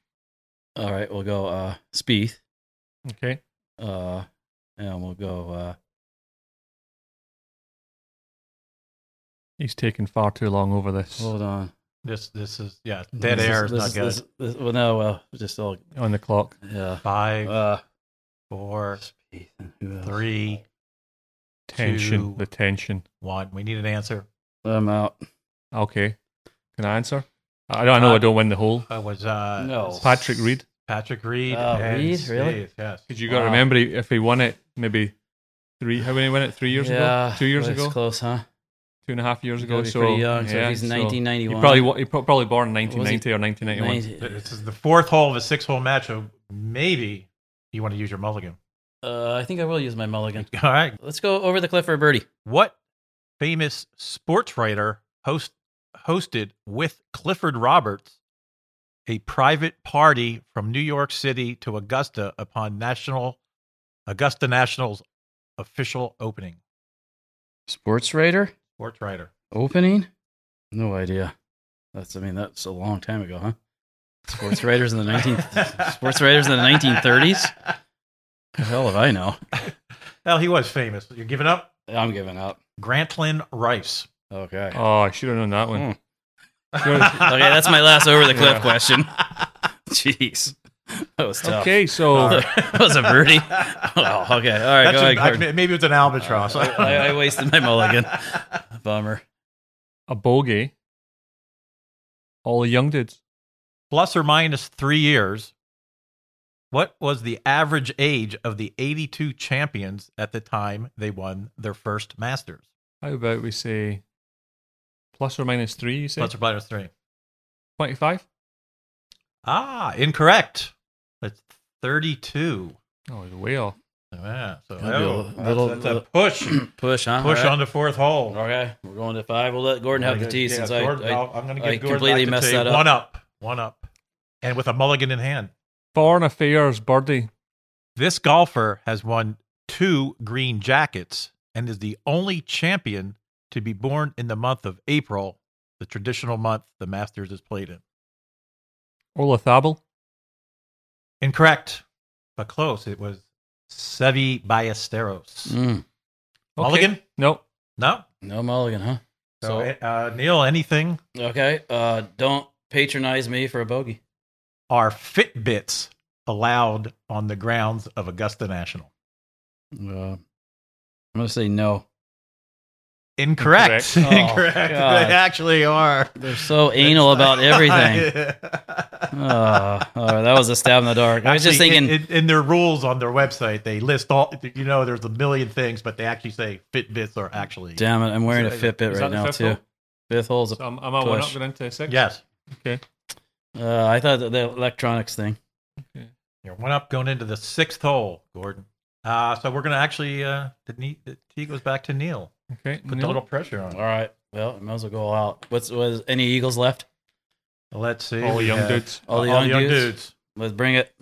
Speaker 4: All right, we'll go uh Spieth.
Speaker 1: Okay.
Speaker 4: Uh and we'll go uh
Speaker 1: He's taking far too long over this.
Speaker 4: hold on.
Speaker 10: This this is yeah dead
Speaker 4: This
Speaker 10: air
Speaker 4: is-
Speaker 10: is
Speaker 4: this
Speaker 10: not
Speaker 4: is-
Speaker 10: good.
Speaker 4: this- this- well no, well just all
Speaker 1: On the clock.
Speaker 4: yeah.
Speaker 10: Five,
Speaker 4: Uh
Speaker 10: four,
Speaker 4: Spieth and who else?
Speaker 10: three,
Speaker 1: Tension.
Speaker 10: Two.
Speaker 1: The tension.
Speaker 10: one. We need an answer.
Speaker 4: I'm out.
Speaker 1: Okay. Can I answer? I don't I know. I
Speaker 10: Uh,
Speaker 1: don't win the hole.
Speaker 10: I was uh
Speaker 4: No.
Speaker 1: Patrick Reed.
Speaker 10: Patrick Reed.
Speaker 4: Oh,
Speaker 10: and
Speaker 4: Reed? Really?
Speaker 10: Spieth, Yes.
Speaker 1: Because you got to
Speaker 4: Wow.
Speaker 1: remember, he- if he won it, maybe three. How many won it? Three years ago?
Speaker 4: Yeah,
Speaker 1: Two years
Speaker 4: but it's
Speaker 1: ago?
Speaker 4: close, huh?
Speaker 1: Two and a half years
Speaker 4: He's
Speaker 1: ago?
Speaker 4: gotta be
Speaker 1: So
Speaker 4: pretty young, so if he's
Speaker 1: so
Speaker 4: 1991.
Speaker 1: He probably wa- he pro- probably born in
Speaker 4: Was he-
Speaker 1: 1990 or 1991.
Speaker 10: This is the fourth hole of a six hole match, so maybe you want to use your mulligan.
Speaker 4: Uh, I think I will use my mulligan.
Speaker 10: All right.
Speaker 4: Let's go over the cliff for a birdie.
Speaker 10: What famous sports writer host hosted with Clifford Roberts a private party from New York City to Augusta upon National Augusta National's official opening?
Speaker 4: Sports Raider
Speaker 10: Sports writer.
Speaker 4: opening? No idea. That's I mean that's a long time ago, huh? Sports Raiders in the
Speaker 1: *laughs*
Speaker 4: 19th Sports Raiders in the 1930s. The hell if I know.
Speaker 10: Well, he was famous. You're giving up?
Speaker 4: I'm giving up.
Speaker 10: Grantland Rice.
Speaker 4: Okay.
Speaker 1: Oh, I should have known that
Speaker 4: Hmm.
Speaker 1: one.
Speaker 4: Okay, that's
Speaker 10: *laughs*
Speaker 4: my last over the
Speaker 1: *laughs*
Speaker 4: cliff question. Jeez. That was tough.
Speaker 1: Okay, so
Speaker 4: *laughs* that was a birdie. Oh, okay. All right,
Speaker 10: That's
Speaker 4: go
Speaker 10: a-
Speaker 4: ahead.
Speaker 10: I-
Speaker 4: Gordon.
Speaker 10: maybe it's an albatross.
Speaker 4: I, I- I wasted my
Speaker 10: *laughs*
Speaker 4: mulligan. Bummer. *clears throat*
Speaker 1: a bogey. All the young dudes.
Speaker 10: plus or minus three years, what was the average age of the 82 champions at the time they won their first Masters?
Speaker 1: How about we say plus or minus three? You say
Speaker 10: Plus or minus three.
Speaker 1: 25?
Speaker 10: Ah, incorrect. That's 32.
Speaker 1: Oh, he's way off.
Speaker 10: Yeah, so
Speaker 4: Gotta do a
Speaker 10: oh,
Speaker 4: little-
Speaker 10: that's, that's a push.
Speaker 4: *clears throat* Push, huh?
Speaker 10: push
Speaker 4: All right.
Speaker 10: on the fourth hole.
Speaker 4: Okay, we're going to five. We'll let Gordon have the tee
Speaker 10: Yeah,
Speaker 4: since
Speaker 10: Gordon,
Speaker 4: I, I
Speaker 10: I'll- I'm going to
Speaker 4: I
Speaker 10: give Gordon
Speaker 4: completely
Speaker 10: back the
Speaker 4: messed
Speaker 10: tee.
Speaker 4: that up.
Speaker 10: One up. One up. And with a mulligan in hand.
Speaker 1: Foreign affairs birdie.
Speaker 10: This golfer has won two green jackets and is the only champion to be born in the month of April, the traditional month the Masters is played in.
Speaker 1: Ola Thabel.
Speaker 10: Incorrect, but close. It was Sevi Ballesteros.
Speaker 4: Mm,
Speaker 1: Okay.
Speaker 10: Mulligan?
Speaker 1: No.
Speaker 10: No.
Speaker 4: no mulligan, huh?
Speaker 10: So, uh, Neil, anything?
Speaker 4: Okay, uh, don't patronize me for a bogey.
Speaker 10: Are Fitbits allowed on the grounds of Augusta National?
Speaker 4: Uh, I'm gonna say no.
Speaker 10: *laughs*
Speaker 4: Incorrect.
Speaker 10: Incorrect.
Speaker 4: Oh,
Speaker 10: Incorrect.
Speaker 4: God.
Speaker 10: they actually are.
Speaker 4: They're so anal
Speaker 10: *laughs*
Speaker 4: about everything. Uh, oh, that was a stab in the dark. I was just
Speaker 10: Actually,
Speaker 4: thinking.
Speaker 10: in, in, in their rules on their website, they list all. You know, there's a million things, but they actually say Fitbits are actually
Speaker 4: damn it, I'm wearing a
Speaker 1: Is that-
Speaker 4: Fitbit
Speaker 1: is that
Speaker 4: right
Speaker 1: the
Speaker 4: now
Speaker 1: fifth
Speaker 4: too.
Speaker 1: hole?
Speaker 4: Fifth hole's
Speaker 1: So
Speaker 4: a.
Speaker 1: I'm, I'm at one up,
Speaker 4: Push.
Speaker 1: going into six.
Speaker 10: yes.
Speaker 4: Uh, I thought that the electronics thing.
Speaker 10: You're one up going into the sixth hole, Gordon. Uh, so we're gonna actually uh, the, knee, the tee goes back to Neil.
Speaker 1: Okay.
Speaker 10: Put
Speaker 1: Neil?
Speaker 10: a little pressure on.
Speaker 4: All
Speaker 10: him.
Speaker 4: right. Well, I might as well go all out. What's was any Eagles left?
Speaker 10: Let's see.
Speaker 1: All the
Speaker 10: we
Speaker 1: young
Speaker 10: have-
Speaker 1: dudes.
Speaker 4: All
Speaker 10: Uh,
Speaker 4: the young, dudes? Let's bring it.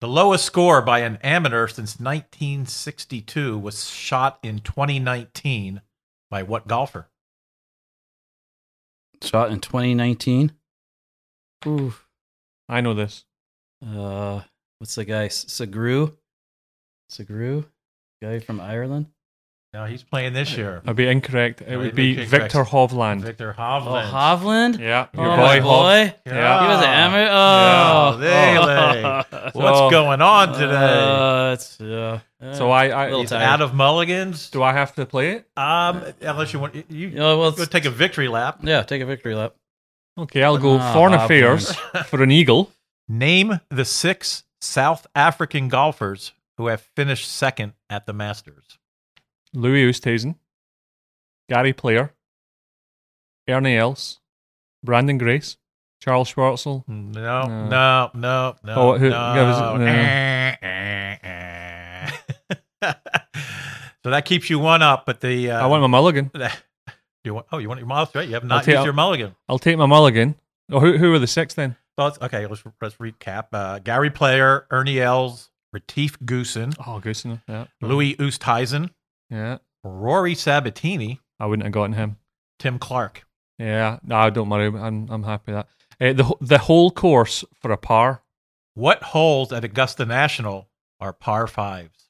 Speaker 10: The lowest score by an amateur since 1962 was shot in 2019 by what golfer?
Speaker 4: Shot in 2019. Ooh.
Speaker 1: I know this.
Speaker 4: Uh, what's the guy? S- Sagru. Sagru, guy from Ireland.
Speaker 10: Now he's playing this year.
Speaker 1: I'd be incorrect. It
Speaker 10: No,
Speaker 1: would
Speaker 10: you'd
Speaker 1: be
Speaker 10: be incorrect.
Speaker 1: Victor Hovland.
Speaker 10: Victor
Speaker 4: Oh,
Speaker 10: Hovland.
Speaker 4: Hovland.
Speaker 1: yeah.
Speaker 4: Oh,
Speaker 1: Your
Speaker 4: my
Speaker 1: boy, Hov.
Speaker 4: boy. He was
Speaker 10: Ah.
Speaker 4: an amateur. Oh, *laughs*
Speaker 10: Yeah,
Speaker 4: Oh.
Speaker 10: What's
Speaker 1: So-
Speaker 10: going on today?
Speaker 4: Uh, it's, uh,
Speaker 1: So I, I
Speaker 4: Little
Speaker 10: He's
Speaker 4: tired.
Speaker 10: out of mulligans.
Speaker 1: do I have to play it?
Speaker 10: Um, unless you want you,
Speaker 4: You know, well,
Speaker 10: go take a victory lap.
Speaker 4: yeah, take a victory lap.
Speaker 1: Okay, I'll go
Speaker 10: Ah,
Speaker 1: foreign
Speaker 10: Bob
Speaker 1: affairs for an eagle.
Speaker 10: *laughs* Name the six South African golfers who have finished second at the Masters.
Speaker 1: Louis Oosthuizen, Gary Player, Ernie Els, Brandon Grace, Charles Schwartzel.
Speaker 10: No, no, no, no.
Speaker 1: Oh, who-
Speaker 10: no,
Speaker 1: yeah, was it-
Speaker 10: no. *laughs* so that keeps you one up, but the uh,
Speaker 1: I want my mulligan.
Speaker 10: *laughs* You want? Oh, you want your mulligan? Right, you have
Speaker 1: I'll
Speaker 10: not
Speaker 1: take-
Speaker 10: used your mulligan.
Speaker 1: I'll take my mulligan. Oh, who, who are the six then?
Speaker 10: Thoughts? Okay, let's, let's recap. Uh, Gary Player, Ernie Els, Retief Goosen,
Speaker 1: Oh, Goosen. Yeah.
Speaker 10: Louis Oosthuizen,
Speaker 1: Yeah.
Speaker 10: Rory Sabatini,
Speaker 1: I wouldn't have gotten him.
Speaker 10: Tim Clark.
Speaker 1: Yeah. No, don't worry. I'm, I'm happy with that. Uh, the, wh- the whole course for a par.
Speaker 10: What holes at Augusta National are par fives?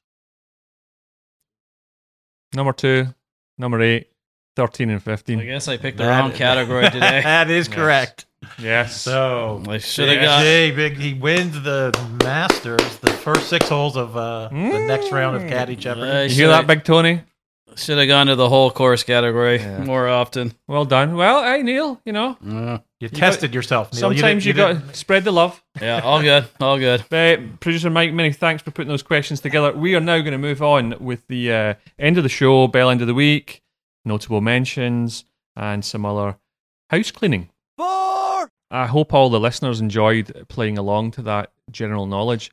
Speaker 1: Number two, number eight, 13 and 15.
Speaker 4: I guess I picked the
Speaker 10: That-
Speaker 4: wrong
Speaker 10: *laughs*
Speaker 4: category today.
Speaker 10: that is
Speaker 4: Yes.
Speaker 10: correct.
Speaker 1: Yes.
Speaker 10: So
Speaker 4: I shoulda
Speaker 10: Oh, yeah,
Speaker 4: got-
Speaker 10: Jay, big. He wins the Masters, the first six holes of uh, the next round
Speaker 4: Mm.
Speaker 10: of Caddy Jeopardy.
Speaker 4: I
Speaker 1: You hear that, Big Tony?
Speaker 4: Should have gone to the whole course category
Speaker 1: Yeah.
Speaker 4: more often.
Speaker 1: Well done. Well, hey, Mm. Neil, you know,
Speaker 4: Yeah.
Speaker 10: you,
Speaker 1: got-
Speaker 10: tested yourself, Neil.
Speaker 1: sometimes you,
Speaker 10: didn't- didn't-
Speaker 1: got to spread the love.
Speaker 4: Yeah, all good, all good.
Speaker 1: Uh, Producer Mike, many thanks for putting those questions together. We are now going to move on with the uh, end of the show, bell end of the week, notable mentions, and some other house cleaning. I hope all the listeners enjoyed playing along to that general knowledge.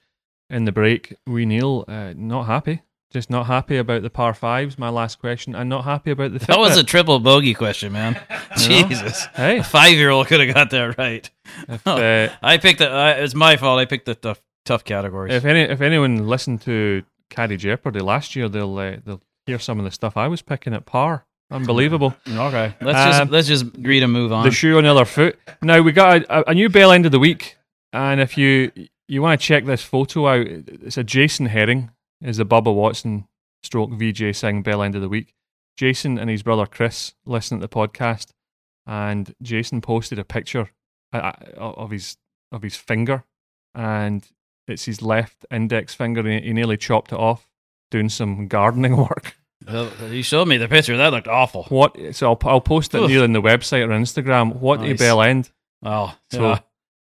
Speaker 1: In the break, we Neil, uh, not happy, just not happy about the par fives. My last question, and not happy about the.
Speaker 4: That was a
Speaker 1: *laughs* Fitbit.
Speaker 4: triple bogey
Speaker 1: *laughs*
Speaker 4: question, man. Jesus,
Speaker 1: Hey.
Speaker 4: a five-year-old could have got that right. Oh,
Speaker 1: If,
Speaker 4: *laughs*
Speaker 1: uh,
Speaker 4: I picked the. I it's my fault. I picked the tough, tough categories.
Speaker 1: If any, if anyone listened to Caddy Jeopardy last year, they'll uh, they'll hear some of the stuff I was picking at
Speaker 4: *laughs*
Speaker 1: par. Unbelievable.
Speaker 4: okay, let's just
Speaker 1: Um,
Speaker 4: let's just agree to move on.
Speaker 1: The shoe on the other foot. Now we got a, a new bail end of the week, and if you you want to check this photo out, it's a Jason Herring is the Bubba Watson stroke VJ Singh bail end of the week. Jason and his brother Chris listened to the podcast, and Jason posted a picture uh, uh, of his of his finger, and it's his left index finger, and he- he nearly chopped it off doing some gardening *laughs* work.
Speaker 4: Uh, you showed me the picture. That looked awful.
Speaker 1: What? So I'll, I'll post it
Speaker 4: Oof.
Speaker 1: near in the website or Instagram. What a
Speaker 4: Nice.
Speaker 1: bell end!
Speaker 4: Oh,
Speaker 1: So-
Speaker 4: yeah.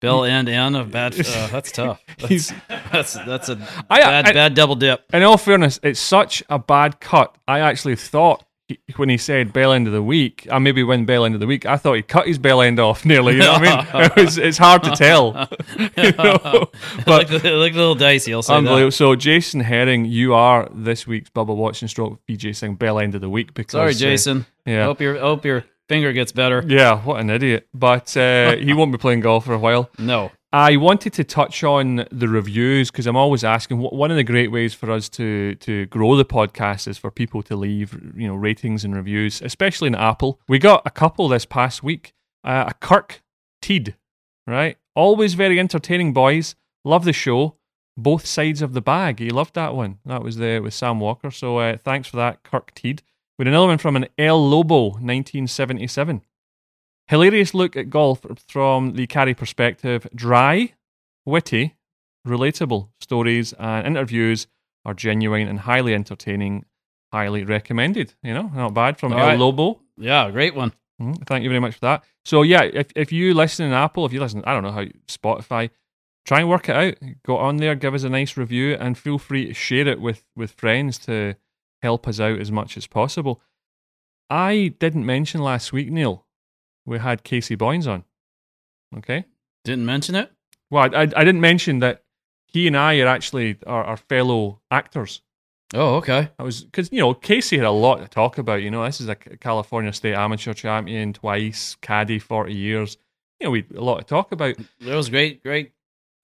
Speaker 4: Bill and end of bad.
Speaker 1: *laughs*
Speaker 4: Uh, that's tough. That's
Speaker 1: Mm. He's-
Speaker 4: that's, that's a
Speaker 1: I-
Speaker 4: bad
Speaker 1: I-
Speaker 4: bad double dip.
Speaker 1: In all fairness, it's such a bad cut. I actually thought he, when he said bell end of the week, I maybe win bell end of the week. I thought he cut his bell end off *laughs* nearly. You know what I
Speaker 4: *laughs*
Speaker 1: mean? It was, it's hard to tell. *laughs* You know?
Speaker 4: it,
Speaker 1: But
Speaker 4: looked, it looked a little dicey. I'll say
Speaker 1: unbelievable.
Speaker 4: that.
Speaker 1: So Jason Herring, you are this week's Bubba Watson stroke BJ Singh bell end of the week. Because
Speaker 4: Sorry,
Speaker 1: uh,
Speaker 4: Jason.
Speaker 1: yeah.
Speaker 4: Hope your hope your finger gets better.
Speaker 1: yeah, what an idiot. But uh, he won't be playing golf for a while.
Speaker 4: No.
Speaker 1: I wanted to touch on the reviews because I'm always asking. wh- One of the great ways for us to to grow the podcast is for people to leave, you know, ratings and reviews, especially in Apple. We got a couple this past week. Uh, a Kirk Teed, right? Always very entertaining, boys. Love the show. Both sides of the bag. He loved that one. That was the with Sam Walker. So uh, thanks for that, Kirk Teed. We had another one from an El Lobo, 1977. Hilarious look at golf from the caddy perspective. Dry, witty, relatable stories and interviews are genuine and highly entertaining. Highly recommended. You know, not bad from
Speaker 4: All
Speaker 1: El
Speaker 4: right.
Speaker 1: Lobo.
Speaker 4: Yeah, great one.
Speaker 1: Mm, Thank you very much for that. So yeah, if if you listen in Apple, if you listen, I don't know how you- Spotify, try and work it out. Go on there, give us a nice review, and feel free to share it with with friends to help us out as much as possible. I didn't mention last week, Neil. We had Casey Boynes on. Okay.
Speaker 4: Didn't mention it.
Speaker 1: Well, I I, I didn't mention that he and I are actually are, are fellow actors.
Speaker 4: Oh, okay.
Speaker 1: I was because you know Casey had a lot to talk about. You know, this is a C- California State amateur champion twice, caddy forty years. You know, we a lot to talk about.
Speaker 4: That was great, great,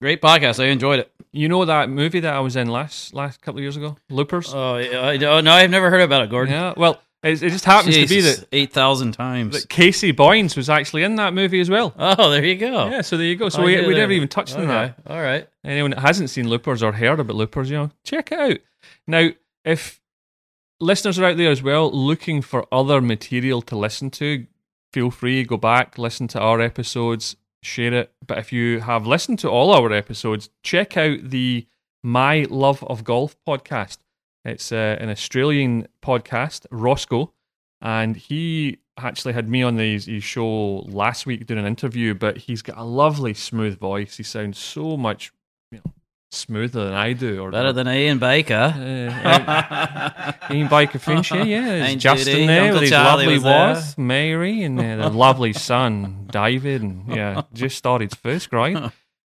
Speaker 4: great podcast. I enjoyed it.
Speaker 1: You know that movie that I was in last last couple of years ago, Loopers.
Speaker 4: Oh, yeah, I, oh no, I've never heard about it, Gordon.
Speaker 1: yeah, well, it, it just happens to be that,
Speaker 4: eight thousand times.
Speaker 1: that Casey Boynes was actually in that movie as well.
Speaker 4: oh, there you go.
Speaker 1: Yeah, so there you go. So
Speaker 4: I
Speaker 1: we,
Speaker 4: knew
Speaker 1: we
Speaker 4: that.
Speaker 1: never even touched on
Speaker 4: Okay,
Speaker 1: that.
Speaker 4: All right.
Speaker 1: anyone that hasn't seen Loopers or heard about Loopers, you know, check it out. Now, if listeners are out there as well looking for other material to listen to, feel free, go back, listen to our episodes, share it. But if you have listened to all our episodes, check out the My Love of Golf podcast. It's uh, an Australian podcast, Roscoe, and he actually had me on the, his his show last week doing an interview, but he's got a lovely, smooth voice. He sounds so much you know, smoother than I do. Or
Speaker 4: Better than Ian Baker. *laughs*
Speaker 1: uh, Ian Baker Finch, yeah, yeah. There's
Speaker 4: Ain't
Speaker 1: Justin
Speaker 4: Judy,
Speaker 1: there
Speaker 4: Uncle
Speaker 1: with his
Speaker 4: Charlie
Speaker 1: lovely
Speaker 4: was there.
Speaker 1: wife, Mary, and uh,
Speaker 4: *laughs*
Speaker 1: their lovely son, David, and yeah, just started first
Speaker 4: *laughs*
Speaker 1: grade.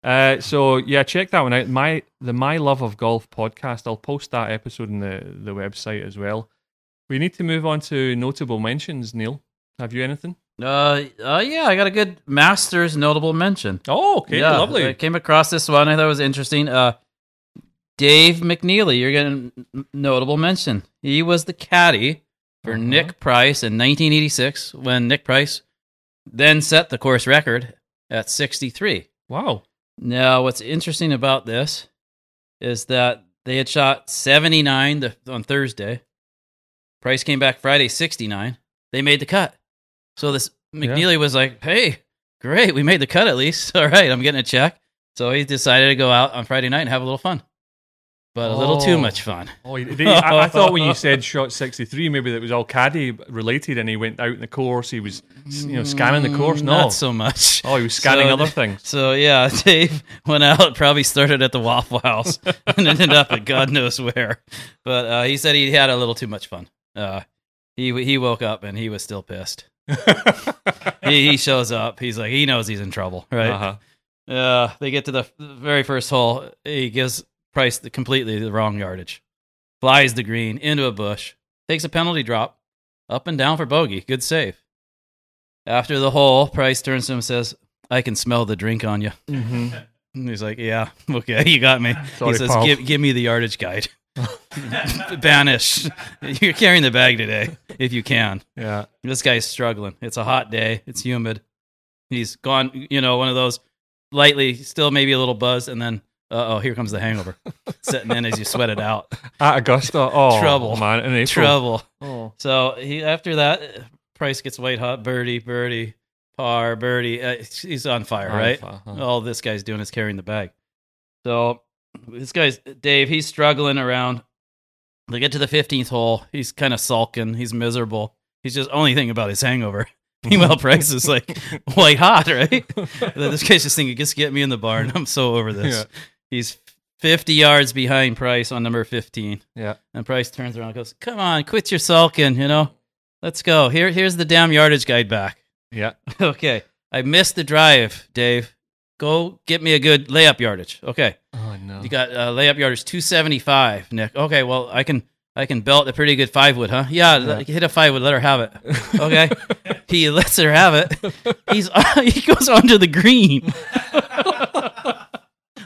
Speaker 1: Uh, so yeah, check that one out. My the My Love of Golf podcast. I'll post that episode in the the website as well. We need to move on to notable mentions. Neil, have you anything?
Speaker 4: Uh, uh, yeah, I got a good Masters notable mention.
Speaker 1: Oh, okay,
Speaker 4: Yeah,
Speaker 1: lovely.
Speaker 4: I came across this one. I thought it was interesting. Uh, Dave McNeely, you're getting n- notable mention. He was the caddy for
Speaker 1: Uh-huh.
Speaker 4: Nick Price in 1986 when Nick Price then set the course record at 63.
Speaker 1: Wow.
Speaker 4: Now, what's interesting about this is that they had shot 79 the, on Thursday. Price came back Friday 69. They made the cut. So this McNeely was like, "Hey, great, we made the cut at least. *laughs* All right, I'm getting a check." So he decided to go out on Friday night and have a little fun, but a little too
Speaker 1: Oh.
Speaker 4: much fun.
Speaker 1: Oh, they, I, I thought when
Speaker 4: *laughs*
Speaker 1: you said shot sixty three, maybe that was all caddy related, and he went out in the course. He was you know scanning the course.
Speaker 4: Mm,
Speaker 1: No,
Speaker 4: not so much.
Speaker 1: Oh, he was scanning
Speaker 4: So-
Speaker 1: other things. *laughs*
Speaker 4: So yeah, *laughs* Dave went out. Probably started at the Waffle House *laughs* and ended up at God knows where. But uh, he said he had a little too much fun. Uh, he he woke up and he was still pissed. he, he shows up. He's like he knows he's in trouble, right?
Speaker 1: Uh-huh.
Speaker 4: Uh, they get to the very first hole. He gives Price the, completely the wrong yardage. Flies the green into a bush. Takes a penalty drop. Up and down for bogey. Good save. After the hole, Price turns to him and says, I can smell the drink on you.
Speaker 1: Mm-hmm.
Speaker 4: *laughs* And he's like, Yeah, okay,
Speaker 1: *laughs*
Speaker 4: you got me.
Speaker 1: Sorry,
Speaker 4: he says,
Speaker 1: pal.
Speaker 4: give, give me the
Speaker 1: *laughs*
Speaker 4: yardage guide. *laughs* Banish. *laughs* You're carrying the bag today, if you can.
Speaker 1: Yeah.
Speaker 4: This guy's struggling. It's a hot day. It's humid. He's gone, you know, one of those lightly, still maybe a little buzz, and then, uh oh, here comes the hangover setting in as you sweat it out.
Speaker 1: At Augusta, oh
Speaker 4: *laughs* Trouble.
Speaker 1: man, in April.
Speaker 4: Trouble.
Speaker 1: Oh.
Speaker 4: So he after that, uh, Price gets white hot, birdie, birdie, par, birdie. Uh, he's on fire,
Speaker 1: On
Speaker 4: right?
Speaker 1: fire, huh.
Speaker 4: All this guy's doing is carrying the bag. So this guy's Dave. He's struggling around. They get to the fifteenth hole. He's kind of sulking. He's miserable. He's just only thinking about his hangover. *laughs* Meanwhile, Price is like white hot, right? this guy's just thinking, just get me in the barn. I'm so over this.
Speaker 1: Yeah.
Speaker 4: He's 50 yards behind Price on number 15.
Speaker 1: Yeah.
Speaker 4: And Price turns around and goes, Come on, quit your sulking, you know? Let's go. Here, here's the damn yardage guide back.
Speaker 1: Yeah. *laughs*
Speaker 4: *laughs* okay. I missed the drive, Dave. Go get me a good layup yardage. Okay.
Speaker 1: Oh no.
Speaker 4: You got uh, layup yardage 275, Nick. Okay, well, I can I can belt a pretty good five wood, huh? Yeah, let- hit a five wood, let her have
Speaker 1: *laughs*
Speaker 4: it. Okay. he lets her have it. He's *laughs* he goes onto the green. *laughs*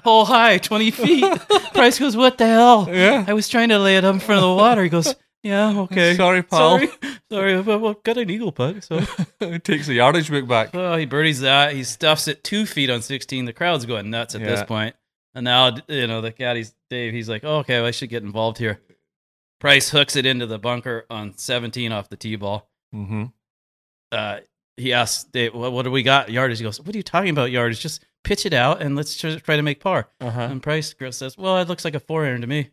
Speaker 4: Hole high, 20 feet. Price goes, What the hell?
Speaker 1: Yeah.
Speaker 4: I was trying to lay it up in front of the water. He goes, Yeah, okay.
Speaker 1: Sorry, pal.
Speaker 4: Sorry, sorry but I've got an eagle putt. So
Speaker 1: it takes the yardage book back.
Speaker 4: Oh, he birdies that. He stuffs it two feet on 16. The crowd's going nuts at this
Speaker 1: Yeah.
Speaker 4: point. And now, you know, the caddy's Dave, he's like, oh, okay, well, I should get involved here. Price hooks it into the bunker on 17 off the tee ball.
Speaker 1: Mm-hmm.
Speaker 4: Uh, he asks Dave, what, what do we got? Yardage. He goes, what are you talking about, yardage? Just pitch it out and let's tr- try to make par.
Speaker 1: Uh-huh.
Speaker 4: And Price girl says, well, it looks like a four iron to me.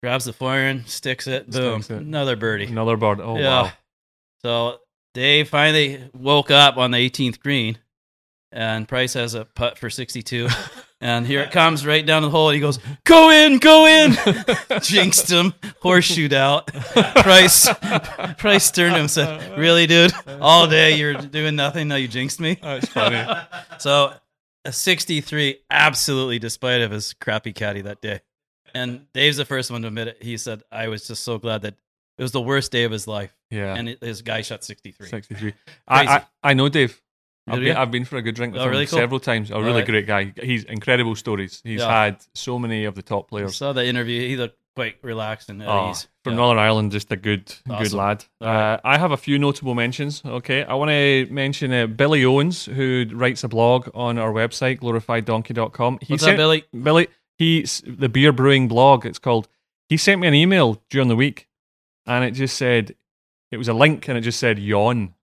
Speaker 4: Grabs the four iron, sticks it, boom,
Speaker 1: Sticks it.
Speaker 4: another birdie.
Speaker 1: Another bird. Oh wow.
Speaker 4: So Dave finally woke up on the 18th green, and Price has a putt
Speaker 1: *laughs*
Speaker 4: for 62. and here it comes right down the hole, and he goes, Go in,
Speaker 1: *laughs*
Speaker 4: go in! Jinxed him, horseshoed out. Price *laughs* Price turned to him and said, Really, dude? All day you're doing nothing, now you jinxed me?
Speaker 1: That's funny.
Speaker 4: *laughs* So a 63, absolutely despite of his crappy caddy that day. And Dave's the first one to admit it. He said, I was just so glad that it was the worst day of his life
Speaker 1: Yeah.
Speaker 4: and it- his guy shot 63.
Speaker 1: Sixty-three. I, I
Speaker 4: Crazy.
Speaker 1: I know Dave. I've
Speaker 4: Did
Speaker 1: been,
Speaker 4: you?
Speaker 1: I've been for a good drink with
Speaker 4: Oh,
Speaker 1: him
Speaker 4: really cool.
Speaker 1: several times. A
Speaker 4: All
Speaker 1: really
Speaker 4: right.
Speaker 1: great guy. He's incredible stories. He's
Speaker 4: Yeah.
Speaker 1: had so many of the top
Speaker 4: I
Speaker 1: players.
Speaker 4: saw that interview. He looked quite relaxed and at
Speaker 1: Oh,
Speaker 4: ease.
Speaker 1: from
Speaker 4: Yeah.
Speaker 1: Northern Ireland, just a good, good
Speaker 4: Awesome.
Speaker 1: lad. Uh, I have a few notable mentions. Okay, I want to mention uh, Billy Owens, who writes a blog on our website, glorifiedonkey.com. He
Speaker 4: What's up, Billy?
Speaker 1: Billy, he's the beer brewing blog. It's called. He sent me an email during the week, and it just said it was a link, and it just said yawn.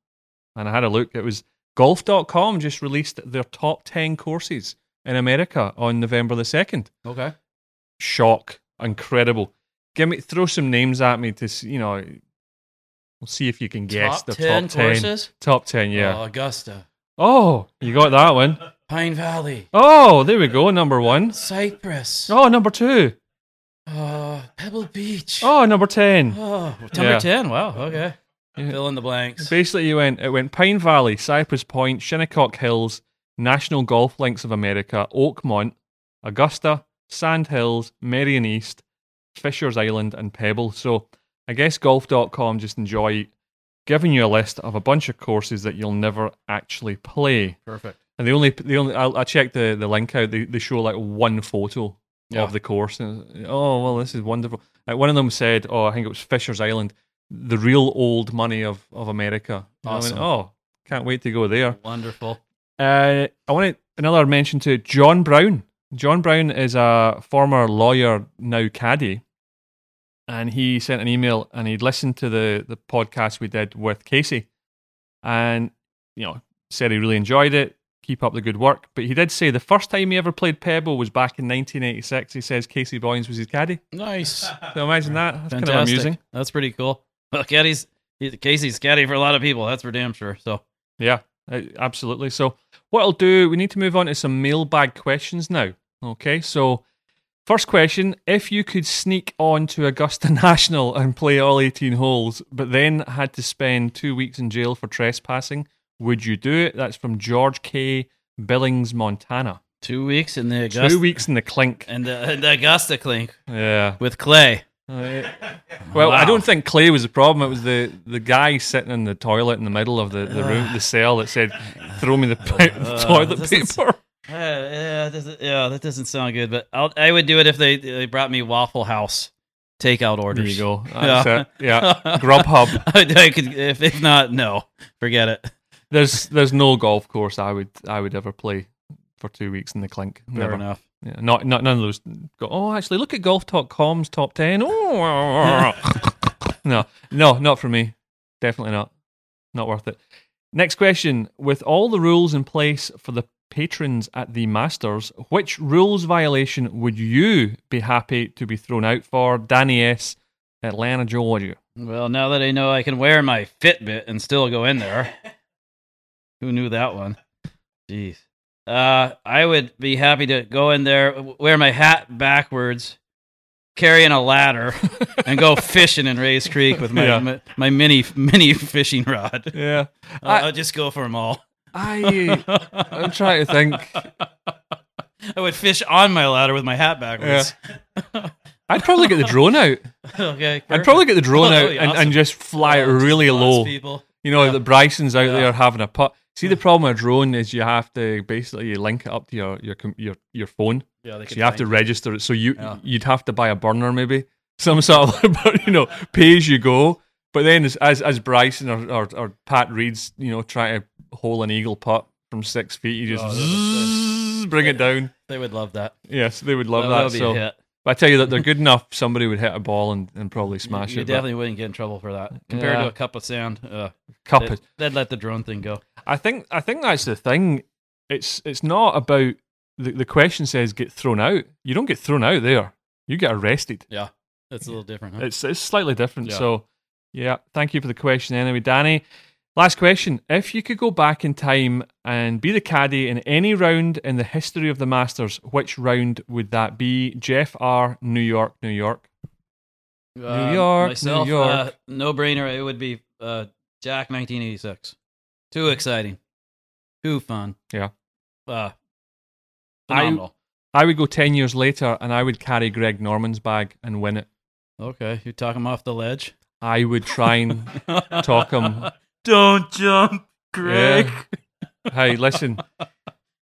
Speaker 1: And I had a look. It was golf.com just released their top ten courses in America on November the second
Speaker 4: Okay.
Speaker 1: shock, incredible. Give me throw some names at me to s- you know We'll see if you can guess
Speaker 4: Top
Speaker 1: the
Speaker 4: 10
Speaker 1: top 10.
Speaker 4: courses?
Speaker 1: Top 10, yeah.
Speaker 4: Oh, Augusta.
Speaker 1: Oh, you got that one.
Speaker 4: Pine Valley.
Speaker 1: Oh, there we go. Number one.
Speaker 4: Cypress.
Speaker 1: Oh, number two.
Speaker 4: Uh, Pebble Beach.
Speaker 1: Oh, number 10.
Speaker 4: Oh,
Speaker 1: Yeah.
Speaker 4: number 10. Wow. Okay. Fill in the blanks.
Speaker 1: Basically, you went, it went Pine Valley, Cypress Point, Shinnecock Hills, National Golf Links of America, Oakmont, Augusta, Sand Hills, Marion East, Fisher's Island, and Pebble. So I guess golf.com just enjoy giving you a list of a bunch of courses that you'll never actually play.
Speaker 11: Perfect.
Speaker 1: And the only, the only, I, I checked the, the link out. They, they show like one photo
Speaker 11: Yeah.
Speaker 1: of the course. And, oh well, this is wonderful. Like, one of them said, "Oh, I think it was Fisher's Island, the real old money of of America." And I went,
Speaker 4: Awesome.
Speaker 1: oh, can't wait to go there.
Speaker 4: Wonderful.
Speaker 1: Uh, I want to, another mention to John Brown. John Brown is a former lawyer, now caddy, and he sent an email and he'd listened to the the podcast we did with Casey, and you know said he really enjoyed it. Keep up the good work. But he did say the first time he ever played Pebble was back in 1986. He says Casey Boynes was his caddy.
Speaker 4: *laughs* Nice.
Speaker 1: So imagine that. That's kind of
Speaker 4: Fantastic.
Speaker 1: amusing.
Speaker 4: That's pretty cool. Well, Caddy's, he's, Casey's caddy for a lot of people. That's for damn sure. So,
Speaker 1: Yeah, uh, absolutely. So, what I'll do, we need to move on to some mailbag questions now. Okay, so first question if you could sneak on to Augusta *laughs* National and play all 18 holes, but then had to spend two weeks in jail for trespassing, would you do it? That's from George K. Billings, Montana.
Speaker 4: Two weeks in the Augusta.
Speaker 1: Two weeks in the clink.
Speaker 4: And the, the Augusta clink. *laughs*
Speaker 1: Yeah. Uh,
Speaker 4: With Clay.
Speaker 1: Well, I
Speaker 4: Wow.
Speaker 1: don't think Clay was the problem. It was the, the guy sitting in the toilet in the middle of the, the room, the cell that said, "Throw me *laughs* the pa-
Speaker 4: Ah. Uh,
Speaker 1: toilet
Speaker 4: this is-
Speaker 1: paper."
Speaker 4: Uh, yeah, this is- yeah, that doesn't sound good, but I'll, I would do it if they, they brought me Waffle House takeout orders.
Speaker 1: you
Speaker 4: *laughs*
Speaker 1: go. That's it. Yeah. Grubhub.
Speaker 4: I could, if, if not, no, forget it.
Speaker 1: There's there's no golf course I would I would ever play for two weeks in the clink.
Speaker 4: Fair
Speaker 1: Never.
Speaker 4: enough.
Speaker 1: Yeah, not not none of those. Go, oh, actually, look at golf.com's top ten. Oh, *laughs* no, no, not for me. Definitely not. Not worth it. Next question: With all the rules in place for the patrons at the Masters, which rules violation would you be happy to be thrown out for? Danny S, Atlanta, Georgia.
Speaker 4: Well, now that I know I can wear my Fitbit and still go
Speaker 1: *laughs*
Speaker 4: in there, who knew that one? Jeez. Uh, I would be happy to go in there, w- wear my hat backwards, carrying
Speaker 1: *laughs*
Speaker 4: a ladder, and go fishing in Ray's Creek with my
Speaker 1: Yeah.
Speaker 4: my, my mini mini fishing rod.
Speaker 1: Yeah,
Speaker 4: I, I'll just go for them all. *laughs*
Speaker 1: I I'm trying to think.
Speaker 4: I would fish on my ladder with my hat backwards.
Speaker 1: I'd probably get the drone out.
Speaker 4: *laughs* Okay,
Speaker 1: I'd
Speaker 4: perfect.
Speaker 1: probably get the drone
Speaker 4: *laughs* Oh,
Speaker 1: out
Speaker 4: yeah,
Speaker 1: and,
Speaker 4: awesome.
Speaker 1: and just fly it
Speaker 4: Yeah, just
Speaker 1: really
Speaker 4: blast
Speaker 1: low.
Speaker 4: people.
Speaker 1: You know, the Bryson's out there having a putt. See, the problem with a drone is you have to basically you link it up to your your com- your, your phone.
Speaker 4: Yeah, they
Speaker 1: so
Speaker 4: could
Speaker 1: you have to
Speaker 4: find
Speaker 1: register it. So you you'd have to buy a burner maybe, *laughs* some sort of *laughs* you know pay as you go. But then as as, as Bryson or, or or Pat Reed's you know trying to hole an eagle putt from six feet,
Speaker 4: Oh,
Speaker 1: you just zzz, bring it down.
Speaker 4: They would love that.
Speaker 1: Yes, they would love
Speaker 4: That
Speaker 1: that.
Speaker 4: would be a
Speaker 1: so,
Speaker 4: hit.
Speaker 1: but I tell you that they're good enough. Somebody would hit a ball and, and probably smash
Speaker 4: You
Speaker 1: it. but-
Speaker 4: definitely wouldn't get in trouble for that compared
Speaker 1: uh, Yeah.
Speaker 4: to a cup of sand. Uh,
Speaker 1: Cup
Speaker 4: they'd,
Speaker 1: of-
Speaker 4: they'd let the drone thing go.
Speaker 1: I think I think that's the thing. It's it's not about the the question says get thrown out. You don't get thrown out there. You get arrested.
Speaker 4: Yeah, that's a little different. Huh?
Speaker 1: It's it's slightly different.
Speaker 4: Yeah.
Speaker 1: So yeah, thank you for the question anyway, Danny. Last question. If you could go back in time and be the caddy in any round in the history of the Masters, which round would that be? Jeff R, New York, New York.
Speaker 4: Um,
Speaker 1: York, New
Speaker 4: myself,
Speaker 1: York.
Speaker 4: Uh, no brainer. It would be uh, Jack 1986. Too exciting. Too fun.
Speaker 1: Yeah.
Speaker 4: Uh,
Speaker 1: I,
Speaker 4: phenomenal.
Speaker 1: I would go ten years later and I would carry Greg Norman's bag and win it.
Speaker 4: okay, you talk him off the ledge.
Speaker 1: I would try and
Speaker 4: *laughs*
Speaker 1: talk him.
Speaker 4: Don't jump, Greg.
Speaker 1: Yeah. Hey, listen,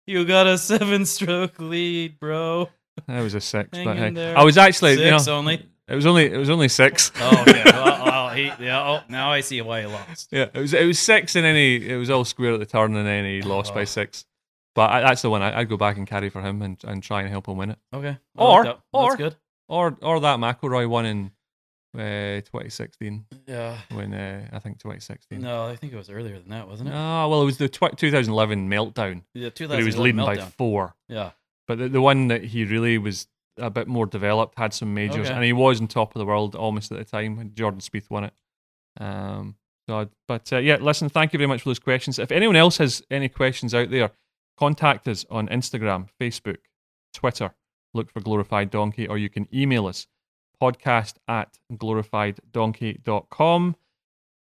Speaker 4: You got a seven-stroke lead, bro.
Speaker 1: that was a six,
Speaker 4: Hang
Speaker 1: but
Speaker 4: in
Speaker 1: hey,
Speaker 4: there.
Speaker 1: I was actually you
Speaker 4: Six
Speaker 1: know,
Speaker 4: only?
Speaker 1: It was only it was only six.
Speaker 4: *laughs* Oh, okay. well, well, he, yeah, oh, now I see why he lost.
Speaker 1: yeah, it was it was six, and any it was all square at the turn, and then
Speaker 4: *laughs*
Speaker 1: he lost
Speaker 4: Oh.
Speaker 1: by six. But I, that's the one I, I'd go back and carry for him and, and try and help him win it.
Speaker 4: Okay. I like
Speaker 1: or
Speaker 4: that.
Speaker 1: or
Speaker 4: That's good.
Speaker 1: or or that McElroy one in uh, 2016.
Speaker 4: Yeah.
Speaker 1: when uh, I think 2016.
Speaker 4: No, I think it was earlier than that, wasn't it?
Speaker 1: No, well, it was the tw- 2011 meltdown.
Speaker 4: Yeah,
Speaker 1: where He was
Speaker 4: 2011
Speaker 1: leading by
Speaker 4: meltdown.
Speaker 1: four.
Speaker 4: Yeah.
Speaker 1: But the, the one that he really was a bit more developed, had some majors,
Speaker 4: Okay.
Speaker 1: and he was on top of the world almost at the time when Jordan Spieth won it. Um, God. But uh, yeah, listen, thank you very much for those questions. If anyone else has any questions out there, contact us on Instagram, Facebook, Twitter. Look for Glorified Donkey, or you can email us podcast at glorifieddonkey.com.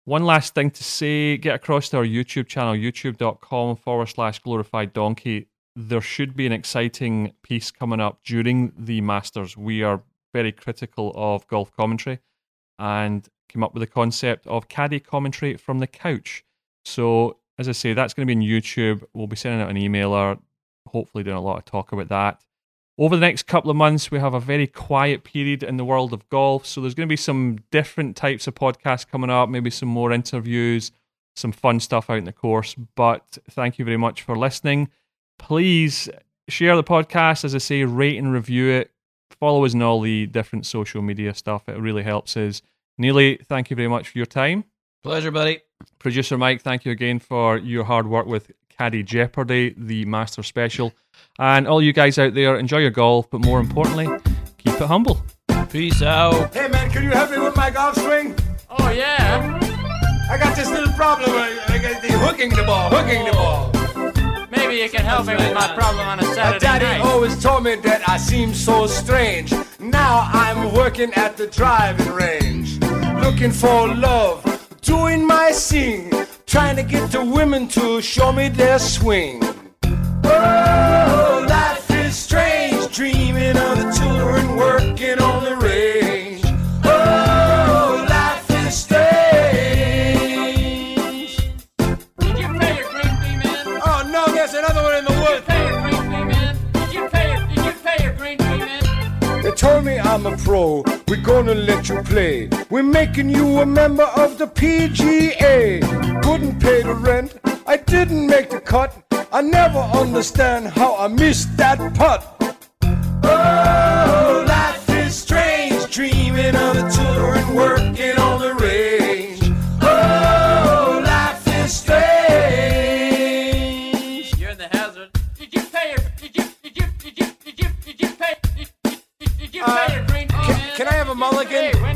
Speaker 1: One last thing to say get across to our YouTube channel, youtube.com forward slash glorified donkey. There should be an exciting piece coming up during the Masters. We are very critical of golf commentary and came up with the concept of caddy commentary from the couch. So, as I say, that's going to be in YouTube. We'll be sending out an emailer, hopefully, doing a lot of talk about that. Over the next couple of months, we have a very quiet period in the world of golf. So, there's going to be some different types of podcasts coming up, maybe some more interviews, some fun stuff out in the course. But thank you very much for listening. Please share the podcast. As I say, rate and review it. Follow us on all the different social media stuff. It really helps us. Neely, thank you very much for your time.
Speaker 4: Pleasure, buddy.
Speaker 1: Producer Mike, thank you again for your hard work with Caddy Jeopardy, the Master Special. And all you guys out there, enjoy your golf, but more importantly, keep it humble.
Speaker 4: Peace out.
Speaker 2: Hey, man, can you help me with my golf swing?
Speaker 3: Oh, yeah.
Speaker 2: I got this little problem. I I got the hooking the ball, hooking the ball.
Speaker 3: Maybe you can help me with my problem on a
Speaker 2: My
Speaker 3: Saturday
Speaker 2: daddy
Speaker 3: night.
Speaker 2: always told me that I seem so strange. Now I'm working at the driving range, looking for love, doing my sing, trying to get the women to show me their swing. Oh, life is strange, dreaming of the tour and working on the range. Oh, life is
Speaker 3: Did you
Speaker 2: strange.
Speaker 3: pay your green fee, man?
Speaker 2: Oh no, there's another one in the woods.
Speaker 3: Pay your green fee, man. Did you pay your, did you pay your green fee, man?
Speaker 2: They told me I'm a pro. We're gonna let you play. We're making you a member of the PGA. Couldn't pay the rent. I didn't make the cut. I never understand how I missed that putt. Oh, life is strange. Dreaming of the tour and working on the range. Oh, life is strange.
Speaker 3: You're in the hazard. Did you pay your, did you, did you, did you, did you, did you pay, did, did, did you
Speaker 2: Uh,
Speaker 3: pay your green fee,
Speaker 2: Can,
Speaker 3: man?
Speaker 2: can I have a
Speaker 3: Did you pay-
Speaker 2: mulligan?